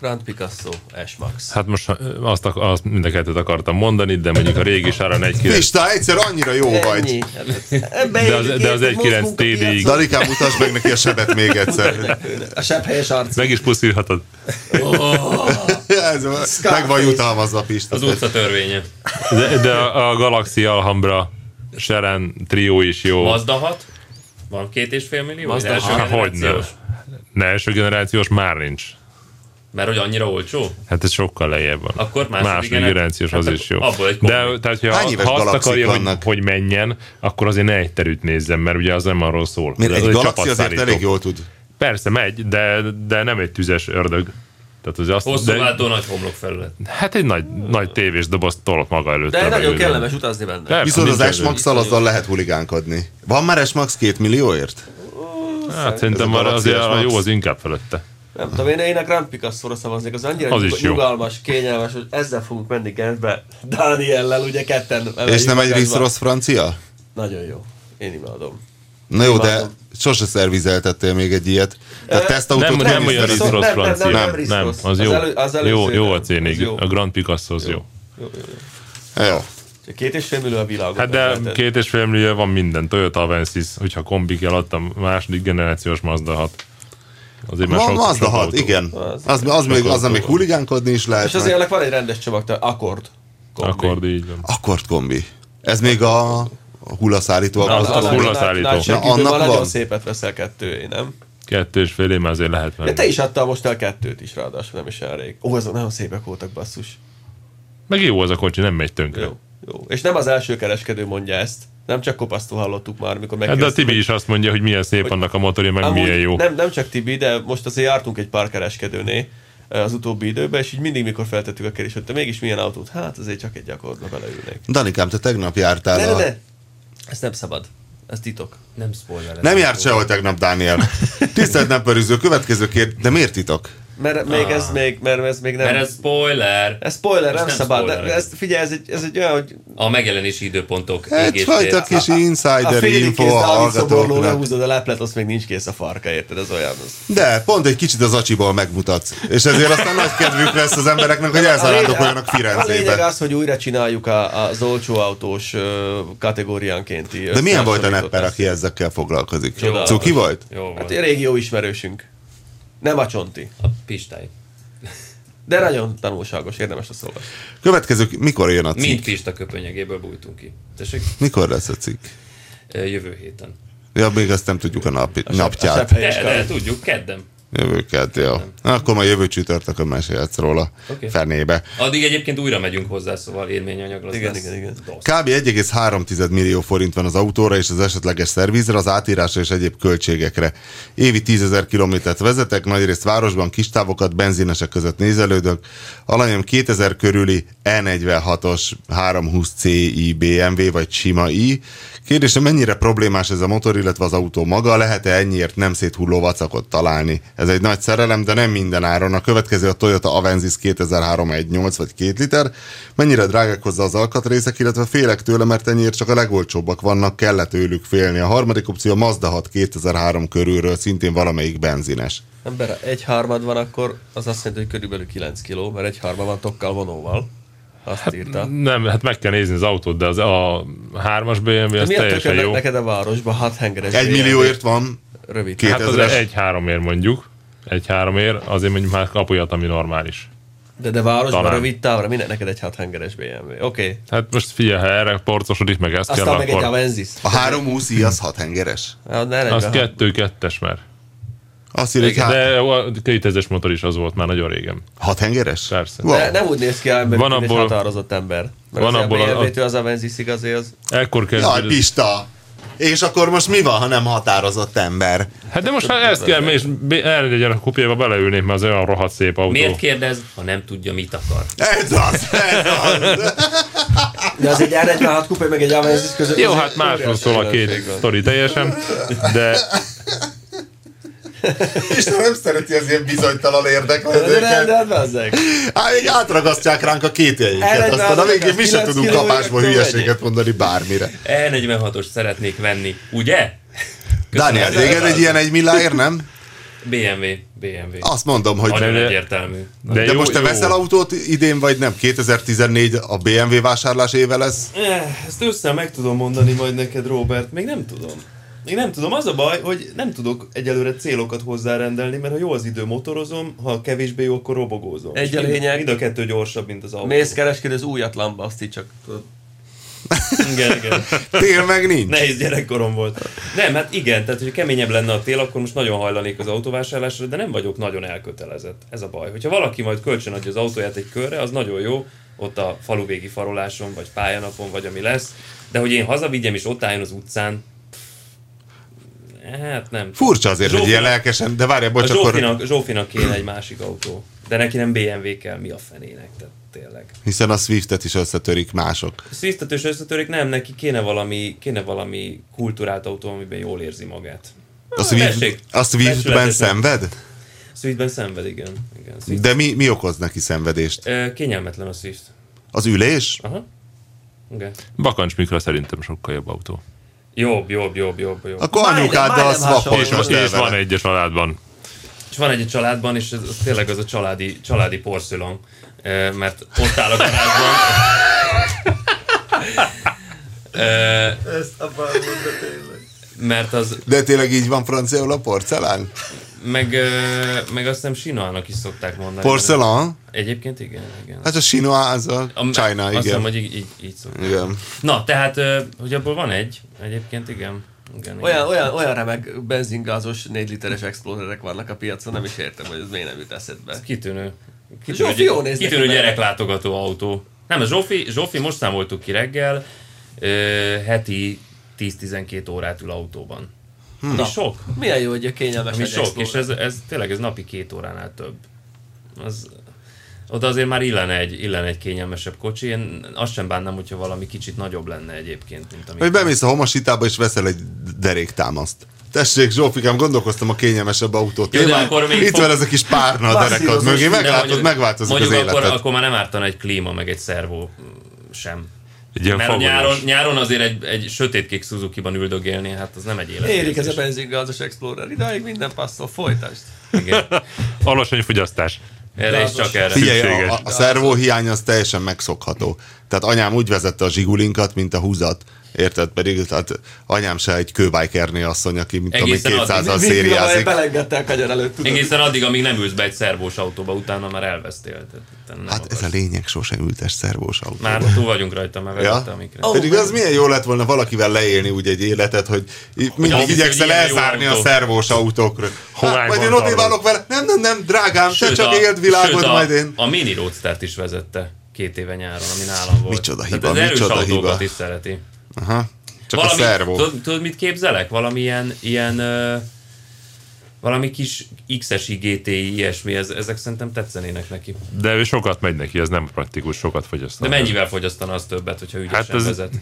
Grand Picasso, S-Max. Hát most ö, azt, ak- azt mind a kettőt akartam mondani, de mondjuk a régi sáron egy kilenc- Pista, egyszer annyira jó vagy! Ennyi. Ebbe De az- élik, de az érted, 1.9 mozgunk a TD-ig. piacon. Dalikám, mutasd meg neki a sebet még egyszer. A sebb helyes arc. Meg is pusztíthatod. Ez, meg van jutalmazva Pista. Az utca törvénye. De, de a, a Galaxy Alhambra Seren trió is jó. Mazda 6? Van két és fél millió? Mazda Vagy hat? Hogyne. generációs? Ne, első generációs már nincs. Mert hogy annyira olcsó? Hát ez sokkal lejjebb van. Akkor második második gener- generációs az hát is jó. abból egy De kombi. tehát, hogyha Hány éves ha azt galaxik akarja, hogy, vannak? hogy, menjen, akkor azért ne egy terüt nézzem, mert ugye az nem arról szól. Miért Az egy galaxi azért csapatszállító. elég jól tud. Persze megy, de, de nem egy tüzes ördög. Tehát az azt, Hosszú de, váltó nagy homlokfelület. hát egy nagy, nagy tévés dobozt tolott maga előtt. De levegőben. nagyon kellemes utazni benne. Persze, Viszont Hát, minden- az S-Max azzal lehet huligánkodni. Van már S-Max két millióért? Hát szerintem már Galaxy azért a S-Max. jó az inkább fölötte. Nem tudom, én, én a Grand Picasso-ra szavaznék, az annyira Az nyug- is jó. nyugalmas, kényelmes, hogy ezzel fogunk menni Genfbe. Dániellel ugye ketten. És nem egy magunkba. rossz francia? Nagyon jó. Én imádom. Na jó, de Imádom. sose szervizeltettél még egy ilyet. Tehát tesztautót Nem, nem, nem is olyan szervizel- rossz Nem, nem, nem, francia. nem, Nem, rossz. az Az jó. elő- az előző Jó, jó nem. a Az cénig. jó. A Grand Picasso az jó. Jó. Csak két és fél millió a világot. Hát de megveted. két és fél millió van minden. Toyota Avensis, hogyha kombi kell, adtam második generációs Mazda 6. Azért már Ma, sok, Mazda sok 6, autó. igen. Az, az, Az- az még, az, még huligánkodni is lehet. És azért ennek van egy rendes csomag, tehát akkord. kombi. Akkor így van. Akkord kombi. Ez még a, a hullaszállító. Na, az- az Annál- hullaszállító. annál- annál Na, segítőből annak nagyon van. szépet veszel kettőé, nem? Kettő és fél év azért lehet menni. De te is adtál most el kettőt is, ráadásul nem is olyan rég. Ó, azok nagyon szépek voltak, basszus. Meg jó az a kocsi, nem megy tönkre. Hát Jó, jó. És nem az első kereskedő mondja ezt. Nem csak kopasztó hallottuk már, mikor Hát de a megkérdeztük. Tibi is azt mondja, hogy milyen szép annak a motorja, meg Amúgy milyen jó. Nem, nem csak Tibi, de most azért jártunk egy pár kereskedőnél eh, az utóbbi időben, és így mindig, mikor feltettük a kérdést, hogy te mégis milyen autót, hát azért csak egy gyakorlatba beleülnék. Danikám, te tegnap jártál Ne, a... ne, ne! Ez nem szabad. Ez titok. Nem spoiler. Nem járt sehol tegnap, Dániel. Tisztelt Nepperűző, következő kérdés. De miért titok? Mert még ez még, mert ez még nem... Mert ez spoiler. ez spoiler, Ez nem, nem szabad. spoiler. Ne, ez, figyelj, ez egy, ez egy olyan, hogy A megjelenési időpontok. Hát, Egyfajta égéstér. kis a insider félig info kész a Dávid szoborló hallgatóknak. lehúzod a leplet, azt még nincs kész a farka, érted? Ez olyan. Az. De pont egy kicsit az acsiból megmutatsz. És ezért aztán nagy kedvük lesz az embereknek, hogy elszarándokoljanak a lényeg Firenzébe. az, hogy újra csináljuk a, az olcsó autós ö, kategóriánkénti. De milyen volt a nepper, aki ezekkel foglalkozik? Csodálatos. Cuki volt? Jó volt. Hát egy régió ismerősünk. Nem a csonti. A Pistály. De nagyon tanulságos, érdemes a szóval. Következő, mikor jön a Mind cikk? Pista köpönyegéből bújtunk ki. Tessék, Mikor lesz a cikk? ö, jövő héten. Ja, még azt nem tudjuk a napi, A napját. sepphelyes De, de kar. tudjuk, kedden. Jövő kedd, jó. Akkor majd jövő csütörtökön mesélhetsz róla. Oké. Fenébe. Addig egyébként újra megyünk hozzá, szóval élményanyag lesz. Igen, lesz. igen, igen. Dosz. Kb. 1,3 millió forint van az autóra és az esetleges szervizre, az átírásra és egyéb költségekre. Évi 10 ezer kilométert vezetek, nagyrészt városban, kis távokat, benzinesek között nézelődök. Alanyom 2000 körüli E46-os 320 CI BMW vagy sima i. Kérdésem, mennyire problémás ez a motor, illetve az autó maga? Lehet-e ennyiért nem széthulló vacakot találni? Ez egy nagy szerelem, de nem minden áron. A következő a Toyota Avensis 2003 1.8 vagy 2 liter. Mennyire drágák hozzá az alkatrészek, illetve félek tőle, mert ennyiért csak a legolcsóbbak vannak, kellett tőlük félni. A harmadik opció a Mazda 6 2003 körülről, szintén valamelyik benzines. Ember, egy harmad van, akkor az azt jelenti, hogy körülbelül 9 kiló, mert egy harmad van tokkal vonóval. Azt írta. Nem, hát meg kell nézni az autót, de az a hármas BMW az Mi a teljesen tökönnek jó. neked a városba, hat hengeres Egy BMW? millióért van, Rövid. Két. Hát az 2000-es. egy háromért mondjuk. Egy háromért, azért mondjuk már kap olyat, ami normális. De, de városban Talán. rövid távra, minek neked egy hat hengeres BMW? Oké. Okay. Hát most figyelj, ha erre porcosodik, meg ezt Aztán kell, meg egy akkor... Avensis. a 320 i az 6 hengeres. Hát, ne Az legyen. kettő-kettes már. Azt írja, hogy hát, De a 2000-es motor is az volt már nagyon régen. 6 hengeres? Persze. Wow. De nem úgy néz ki ember, Van mint egy abból- határozott ember. Mert van van abból abból a- a... az Avensis igazi, az... Ekkor Jaj, kezdődött. Pista! És akkor most mi van, ha nem határozott ember? Hát de most már ezt kell, és erre legyen a kupéba beleülnék, mert az olyan rohadt szép autó. Miért kérdez, ha nem tudja, mit akar? Ez az, ez az! De az egy R46 kupé, meg egy Avensis között... Jó, az hát egy másról óriási szól a két különbség van. sztori teljesen, de És nem szereti az ilyen bizonytalan De nem, de érdeklődőket. hát bezzeg. Hát így átragasztják ránk a kétjeinket, Erre aztán a nálunk végén a mi sem kilenc tudunk kilóért kapásból akkor hülyeséget mondani bármire. E46-os szeretnék venni, ugye? Dániel, téged egy ilyen egy milláért, nem? BMW, BMW. Azt mondom, hogy Nagyon de- egyértelmű. De, de jó, most te jó. veszel autót idén, vagy nem? 2014 a BMW vásárlás éve lesz? Eh, Ezt össze meg tudom mondani majd neked, Robert, még nem tudom. Még nem tudom, az a baj, hogy nem tudok egyelőre célokat hozzárendelni, mert ha jó az idő, motorozom, ha kevésbé jó, akkor robogózom. Egy És a mind- lényeg. Mind a kettő gyorsabb, mint az autó. Mész kereskedő az újatlanba, azt így csak tudod. Igen, igen. Tél meg nincs. Nehéz gyerekkorom volt. Nem, hát igen, tehát hogy keményebb lenne a tél, akkor most nagyon hajlanék az autóvásárlásra, de nem vagyok nagyon elkötelezett. Ez a baj. Hogyha valaki majd kölcsönadja az autóját egy körre, az nagyon jó, ott a faluvégi faroláson, vagy pályanapon, vagy ami lesz, de hogy én hazavigyem és ott álljon az utcán, pff, hát nem. Furcsa azért, hogy ilyen Zsófinak- lelkesen, de várjál, A bocs, hát akkor... Zsófinak, Zsófinak kéne egy másik autó, de neki nem BMW kell, mi a fenének, tehát tényleg. Hiszen a Swiftet is összetörik mások. Szisztatős összetörik, nem, neki kéne valami, kéne valami kultúrált autó, amiben jól érzi magát. A, Swift, tessék, a Swiftben becsületesen. szenved? Swiftben szenved, igen. igen Swift. De mi, mi okoz neki szenvedést? Ö, kényelmetlen a Swift. Az ülés? Aha. Igen. Bakancs Mikra szerintem sokkal jobb autó. Jobb, jobb, jobb, jobb, jobb. Akkor Majdnem- anyukáddal majdnem szvapolj hasonló. most És el vele. van egyes aládban. És van egy a családban, és ez, ez tényleg az a családi, családi porszülon, Ö, mert ott áll a garázsban. Ö, Ezt a bármondra tényleg. mert az, De tényleg így van franciául a porcelán? meg, ö, meg azt nem sinalnak is szokták mondani. Porcelán? Egyébként igen, igen. Hát a Sinoa, az a A- China, Azt hiszem, igen. hogy így, így, így szokták. Igen. Na, tehát, ö, hogy abból van egy, egyébként igen. igen Olyan, igen. olyan, olyan remek benzingázos 4 literes explorerek vannak a piacon, nem is értem, hogy ez miért nem jut eszedbe. Kitűnő. Zsófi Kitűnő, jól gy- néz neki kitűnő bele. gyereklátogató autó. Nem, a Zsófi, Zsófi most számoltuk ki reggel, ö, heti 10-12 órát ül autóban. Ami Hm. Na. sok. Milyen jó, hogy a kényelmes Ami egy sok, Explorer. és ez, ez tényleg ez napi két óránál több. Az, oda azért már illene egy, illene egy kényelmesebb kocsi. Én azt sem bánnám, hogyha valami kicsit nagyobb lenne egyébként, mint ami. Vagy bemész a homositába, és veszel egy deréktámaszt. Tessék, Zsófikám, gondolkoztam a kényelmesebb autót. Jó, de Nyilván akkor még Itt fog- van ez a kis párna a derekad Passzírozós, mögé, de meglátod, megváltozik az mondjuk akkor, életed. akkor már nem ártana egy klíma, meg egy szervó sem. Egy ilyen Mert a nyáron, favoros. nyáron azért egy, egy sötétkék Suzuki-ban üldögélni, hát az nem egy élet. Érik ez a benzingázos Explorer, idáig minden passzol, folytást. Igen. Alacsony fogyasztás. Erre is csak erre. Figyelj, a, Szükséges. a, a szervó hiány az teljesen megszokható. Tehát anyám úgy vezette a zsigulinkat, mint a húzat. Érted? Pedig tehát anyám se egy kőbájkerné asszony, aki mint tudom, Egészen addig. 200-al Mikroval szériázik. belengedte a kanyar előtt, tudod. Egészen addig, amíg nem ülsz be egy szervós autóba, utána már elvesztél. Tehát utána nem Hát ez a akarsz. lényeg, sosem ültes szervós autó. Már túl vagyunk rajta, már Ja. vezette, Hát, amikre. Oh, Pedig az milyen jó lett volna valakivel leélni úgy egy életet, hogy í- mindig azt hiszed, igyekszel hogy ilyen jó elzárni a autó. szervós autókról. Hát, majd én Homályban ott válok vele, nem, nem, nem, drágám, te Sőt, csak a- éld világot, sőt, a, majd én. A mini roadstert is vezette két éve nyáron, ami nálam volt. Micsoda Tehát hiba, az erős micsoda autókat hiba. is szereti. Aha, csak valami, a szervó. Tudod, tudod, mit képzelek? Valami ilyen, ilyen ö, valami kis X-es IGTI, ilyesmi, ez, ezek szerintem tetszenének neki. De ő sokat megy neki, ez nem praktikus, sokat fogyaszt. De mennyivel fogyasztana az többet, hogyha ügyesen Hát hát ez- vezet?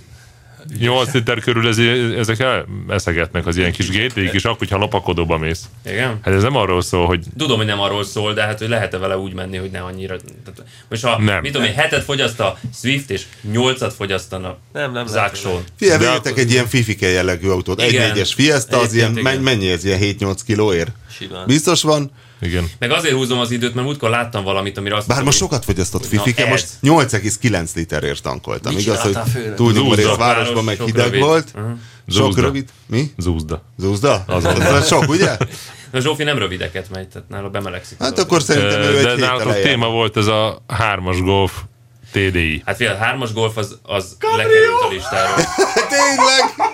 8 liter körül ez, ezek el, eszegetnek az ilyen kis géték, és akkor, hogyha lopakodóba mész. Igen? Hát ez nem arról szól, hogy Tudom, hogy nem arról szól, de hát, hogy lehet-e vele úgy menni, hogy ne annyira... Tehát, most ha, Nem. nem. mit tudom én, hetet fogyaszt a Swift, és nyolcat fogyasztana Nem, nem lehet. Zákson. Figyelj, vegyetek egy ilyen fifike jellegű autót. Egy Igen. négyes Fiesta, az ilyen, Egyébként igen. men- mennyi ez, ilyen 7-8 kilóért? Simán. Biztos van? igen. Meg azért húzom az időt, mert múltkor láttam valamit, amire azt Bár mondtam, most sokat fogyasztott fifike, ez. Hát, most 8,9 literért tankoltam. Mit Igaz, hogy csináltál főnök? túlnyomó rész Zúzda. városban, meg Sok hideg rövid. Mhm. volt. Aha. Sok Zúzda. rövid. Mi? Zúzda. Zúzda? Az, az sok, ugye? hogy... A Zsófi nem rövideket megy, tehát nála bemelegszik. az Hát autó. akkor szerintem ő Ö, egy De hét nálatok eleje. téma volt ez a hármas golf TDI. Hát fél, hármas golf az, az lekerült a listáról. Hát Tényleg?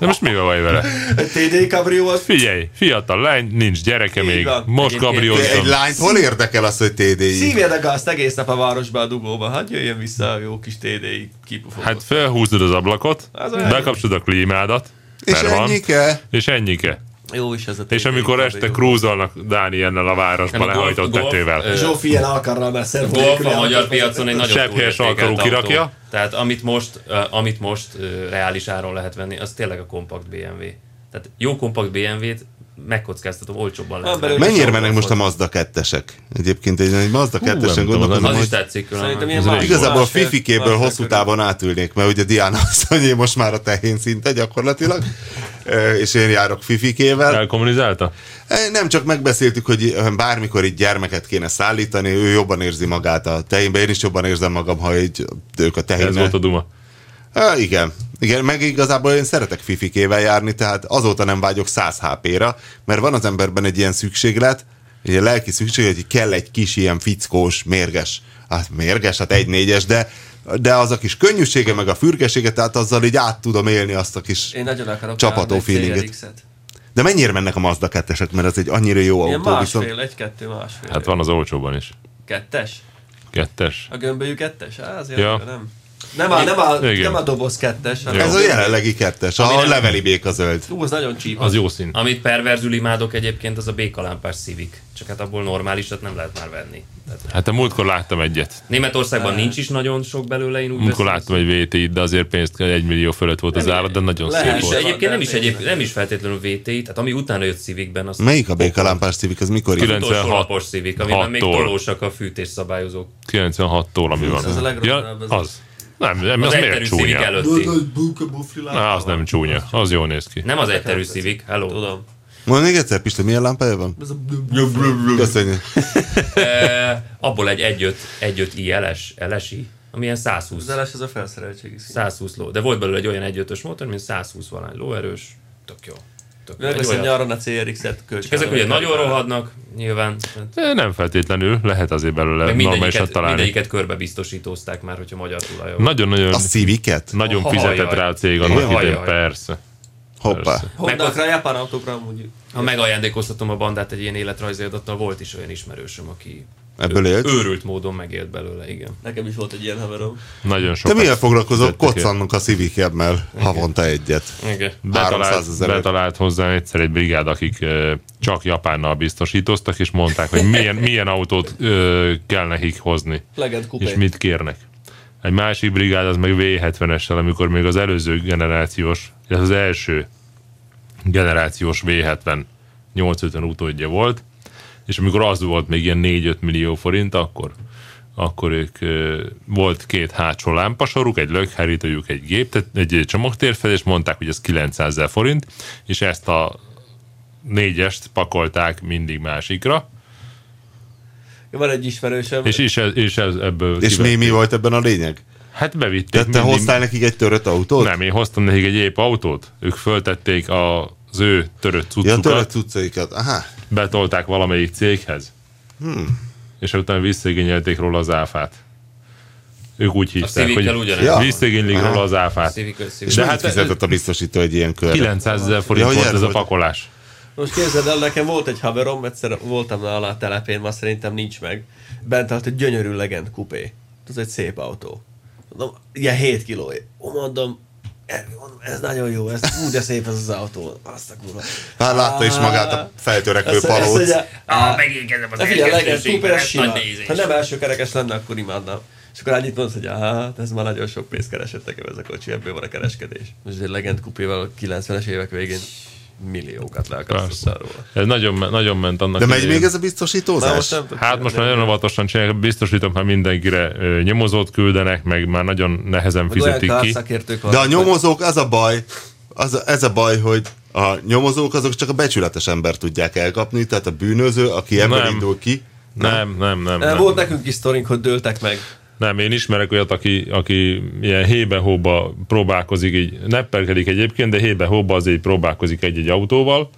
De most mi vagy vele? Egy TD Cabrio az Figyelj, fiatal lány, nincs gyereke még, van. most Egyébként De kabriózom. egy lányt hol érdekel az, hogy TDI? szívjad a gázt egész nap a városba, a dugóba, hát jöjjön vissza a jó kis TD kipufogó. Hát felhúzod az ablakot, Az olyan. bekapcsolod a klímádat, És mert van, ennyike? és ennyike. jó is ez a TD És amikor Cabrio. este krúzolnak Dániennel a Nem, városba a golf- lehajtott golf, tetővel. ö, Zsófi ilyen alkarral már szervó. Golf nélküli a magyar autót piacon egy nagyon Sebb helyes túlértékelt alkalú autó. kirakja. Tehát amit most, uh, amit most uh, reális áron lehet venni, az tényleg a kompakt BMW. Tehát jó kompakt BMW-t megkockáztatom, olcsóbban lehet Van venni. belőle Mennyire sok mennek most a volt. Mazda 2-esek? Egyébként egy, egy Mazda 2-esen nem tudom, gondolkozom, Az is hogy tetszik. Szerintem különben. ilyen más, igazából a másfél- fifikéből másfél hosszú körül. távon átülnék, mert ugye Diana asszonyé most már a tehén szinte gyakorlatilag, Ö, és én járok fifikével. Elkommunizálta? Nem csak megbeszéltük, hogy bármikor itt gyermeket kéne szállítani, ő jobban érzi magát a tehénbe, én is jobban érzem magam, ha egy, ők a Ez tehénbe. volt a duma. Há, igen. Igen, meg igazából én szeretek fifikével járni, tehát azóta nem vágyok 100 HP-ra, mert van az emberben egy ilyen szükséglet, egy ilyen lelki szükség, hogy kell egy kis ilyen fickós, mérges, hát mérges, hát egy négyes, de, de az a kis könnyűsége, meg a fürgesége, tehát azzal így át tudom élni azt a kis... Én nagyon akarok Csapató járni egy feelinget. CRX-et. De mennyire mennek a Mazda 2 mert az egy annyira jó Ilyen autó, viszont... másfél, egy-kettő másfél. Hát van az olcsóban is. Kettes? Kettes. A gömbölyű kettes? Á, azért Ja. akkor nem. Nem a, nem a, Igen. nem a doboz kettes. hanem Ez a gömbölyű. jelenlegi kettes, a nem- leveli béka zöld. Ú, az nagyon csíp. Az jó szín. Amit perverzül imádok egyébként, az a békalámpás Civic. Csak hát abból normálisat nem lehet már venni. Tehát Hát a múltkor láttam egyet. Németországban nincs is nagyon sok belőle, én úgy Múltkor veszem láttam egy VT-t, de azért pénzt egy millió fölött volt az állat, de nagyon Lehet szép is És volt. egy- egyébként nem is, egyéb, nem is feltétlenül VTI, tehát ami utána jött Civicben, az Melyik a békalámpás civic, az mikor Kilenc- jön? utolsó 96 lapos Civic, amiben még hattól. tolósak a fűtésszabályozók. 96-tól, ami van. Ez a legrosszabb, ja, ez az. Nem, nem, Az az miért egyterű Civic csúnya? előtti. buka bufli Na, az nem csúnya, az jól néz ki. Nem az egyterű Civic, hello. Tudom. Mondd még egyszer, Pista, milyen lámpája van? Köszönjük. Abból egy 1 1 i LS, LSI, ami ilyen 120, Az LS az a felszereltségi szint. 120 ló. De volt belőle egy olyan 1.5-ös motor, mint 120 valány lóerős, tök jó. Tök jó. Egy Megveszem olyan- nyáron a CRX-et kölcsön. Ezek ugye nagyon rohadnak, nyilván. De Nem feltétlenül, lehet azért belőle Meg normálisan mindegyiket, találni. mindegyiket körbe biztosítózták már, hogyha magyar tulaj van. Nagyon-nagyon A Civic-et? nagyon Ajaj. fizetett rá a cég Igen? annak idején, Ajaj. persze. Hoppá. Persze. Hondákra, japán autókra amúgy. Ha megajándékoztatom a bandát egy ilyen életrajzi adattal, volt is olyan ismerősöm, aki Ebből élt? őrült módon megélt belőle, igen. Nekem is volt egy ilyen haverom. Nagyon Te sokat mivel foglalkozol? fizettek érte. Koccannak a Civic-emmel havonta egyet. igen. Betalált, 300 ezer. betalált hozzá egyszer egy brigád, akik ö, csak Japánnal biztosítoztak, és mondták, hogy milyen, milyen autót ö, kell nekik hozni, Legend kupé. és mit kérnek. Egy másik brigád az meg V70-essel, amikor még az előző generációs, ez az első generációs V70 850 utódja volt, és amikor az volt még ilyen 4-5 millió forint, akkor akkor ők ö, volt két hátsó lámpasoruk, egy lökhárítójuk, egy gép, tehát egy csomagtérfedés, mondták, hogy ez 900 ezer forint, és ezt a négyest pakolták mindig másikra, Van egy ismerősöm. és, és, ez, és ez ebből És mi, kivett- mi volt ebben a lényeg? Hát bevitték Tehát te hoztál nekik egy törött autót? Nem, én hoztam nekik egy épp autót, ők föltették a, az ő törött Ja, cuccukat, törött cuccaikat. Aha. betolták valamelyik céghez, hmm. és utána visszaigényelték róla az áfát. Ők úgy hitták, Civic-tel hogy ugyanez. Ja. visszaigénylik Aha. róla az áfát. Civic, Civic. És De mennyit hát ez- fizetett a biztosító egy ilyen körre? 900 ezer forint Ja, hogy volt ez ez a volt. pakolás. Most képzeld el, nekem volt egy haverom, egyszer voltam nála a telepén, ma szerintem nincs meg. Bent állt egy gyönyörű legend kupé. Ez egy szép autó. Mondom, ilyen 7 kiló. Ó, Mondom, e- mondom, ez nagyon jó, ez úgy de szép ez az autó. Azt a kurva. Már Hát látta is magát a feltörekvő palóc. Ah, megérkezem az Figyelj, legend kupé, ez sima. Ha nem első kerekes lenne, akkor imádnám. És akkor annyit mondsz, hogy hát ez már nagyon sok pénzt keresett nekem ez a kocsi, ebből van a kereskedés. Most egy legend kupéval a 90-es évek végén milliókat leakasztottál róla. Ez nagyon, me- nagyon ment annak De megy idején. még ez a Na, most biztosítózás? nem tudok Hát most már nagyon óvatosan csinálják, biztosítom, ha mindenkire ö, nyomozót küldenek, meg már nagyon nehezen fizetik Olyan ki. szakértők De a vannak, nyomozók, az a baj, az a, ez a baj, hogy a nyomozók azok csak a becsületes ember tudják elkapni, tehát a bűnöző, aki ebből Nem. indul ki, Nem, nem, nem. Nem, nem. volt nekünk is sztorink, hogy dőltek meg. Nem, én ismerek olyat, aki, aki ilyen hébe-hóba próbálkozik, így nepperkedik egyébként, de hébe-hóba azért próbálkozik egy-egy autóval,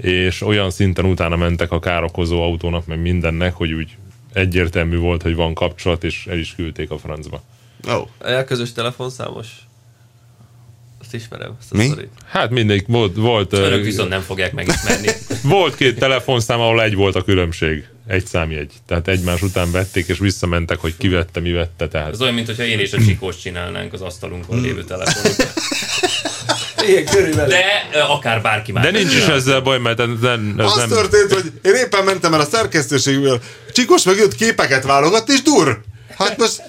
és olyan szinten utána mentek a károkozó autónak, meg mindennek, hogy úgy egyértelmű volt, hogy van kapcsolat, és el is küldték a francba. Ó, A közös telefonszámos. Azt ismerem, azt a Mi? sztorit. Hát mindig volt, volt, ö, Önök viszont nem fogják megismerni. volt két telefonszám, ahol egy volt a különbség. Egy számjegy. Tehát egymás után vették, és visszamentek, hogy ki vette, mi vette. Tehát Ez olyan, mintha én Mm. és a Csikós csinálnánk az asztalunkon lévő telefonot. Igen, körülbelül. De ö, akár bárki más. de nincs is ezzel baj, mert ez nem... Ez az nem... történt, hogy én éppen mentem el a szerkesztőségből, Csikos meg jött képeket válogat, és dur! Hát most,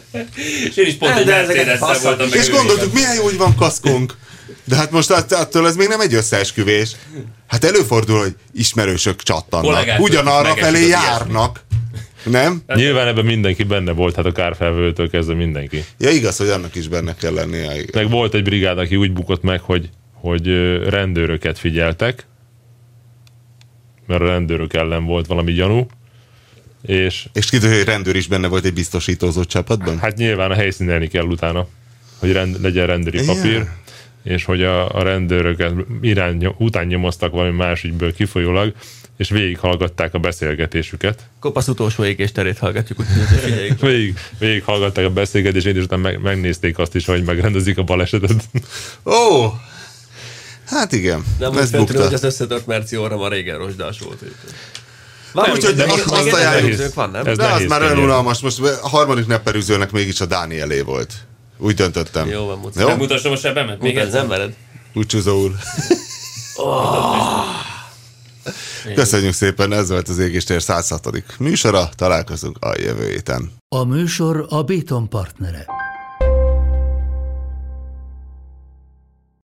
És én is pont egy De ezeket Mercedes-szel faszak voltam. is. meg és ő gondoltuk, milyen jó, hogy van kaszkunk. De hát most att- attól ez még nem egy összeesküvés. Hát előfordul, hogy ismerősök csattannak. Kollégától Ugyanarra megesik felé az járnak. Nem? Nyilván ebben mindenki benne volt, hát a kárfelvőtől kezdve mindenki. Ja igaz, hogy annak is benne kell lennie. igen. Meg volt egy brigád, aki úgy bukott meg, hogy, hogy ö, rendőröket figyeltek, mert a rendőrök ellen volt valami gyanú, és És kiderül, hogy rendőr is benne volt egy biztosítózó csapatban? hát nyilván a helyszínelni kell utána, hogy rend, legyen rendőri Igen. papír, és hogy a, a rendőröket irány, után nyomoztak valami más ügyből kifolyólag, és végighallgatták a beszélgetésüket. Kopasz utolsó égésterét hallgatjuk, úgyhogy azért figyeljük. Végig, végighallgatták a beszélgetését, és utána meg, megnézték azt is, hogy megrendezik a balesetet. Ó! Hát igen, Nem ez volt feltűnő, bukta. hogy az összetört merci óra ma régen rozsdás volt. Van Nem, úgyhogy azt- azt ajánljuk. Van, nem? Ez De az nehéz már olyan kényelmes. unalmas, most a harmadik nepperűzőnek mégis a Dánielé volt. Úgy döntöttem. Jó van, Muci. Jó? Mutassam a sebemet még Még ez egyszer. nem mered. Búcsúzó úr. Köszönjük szépen, ez volt az Égéstér 106. műsora, találkozunk a jövő héten. A műsor a Béton partnere.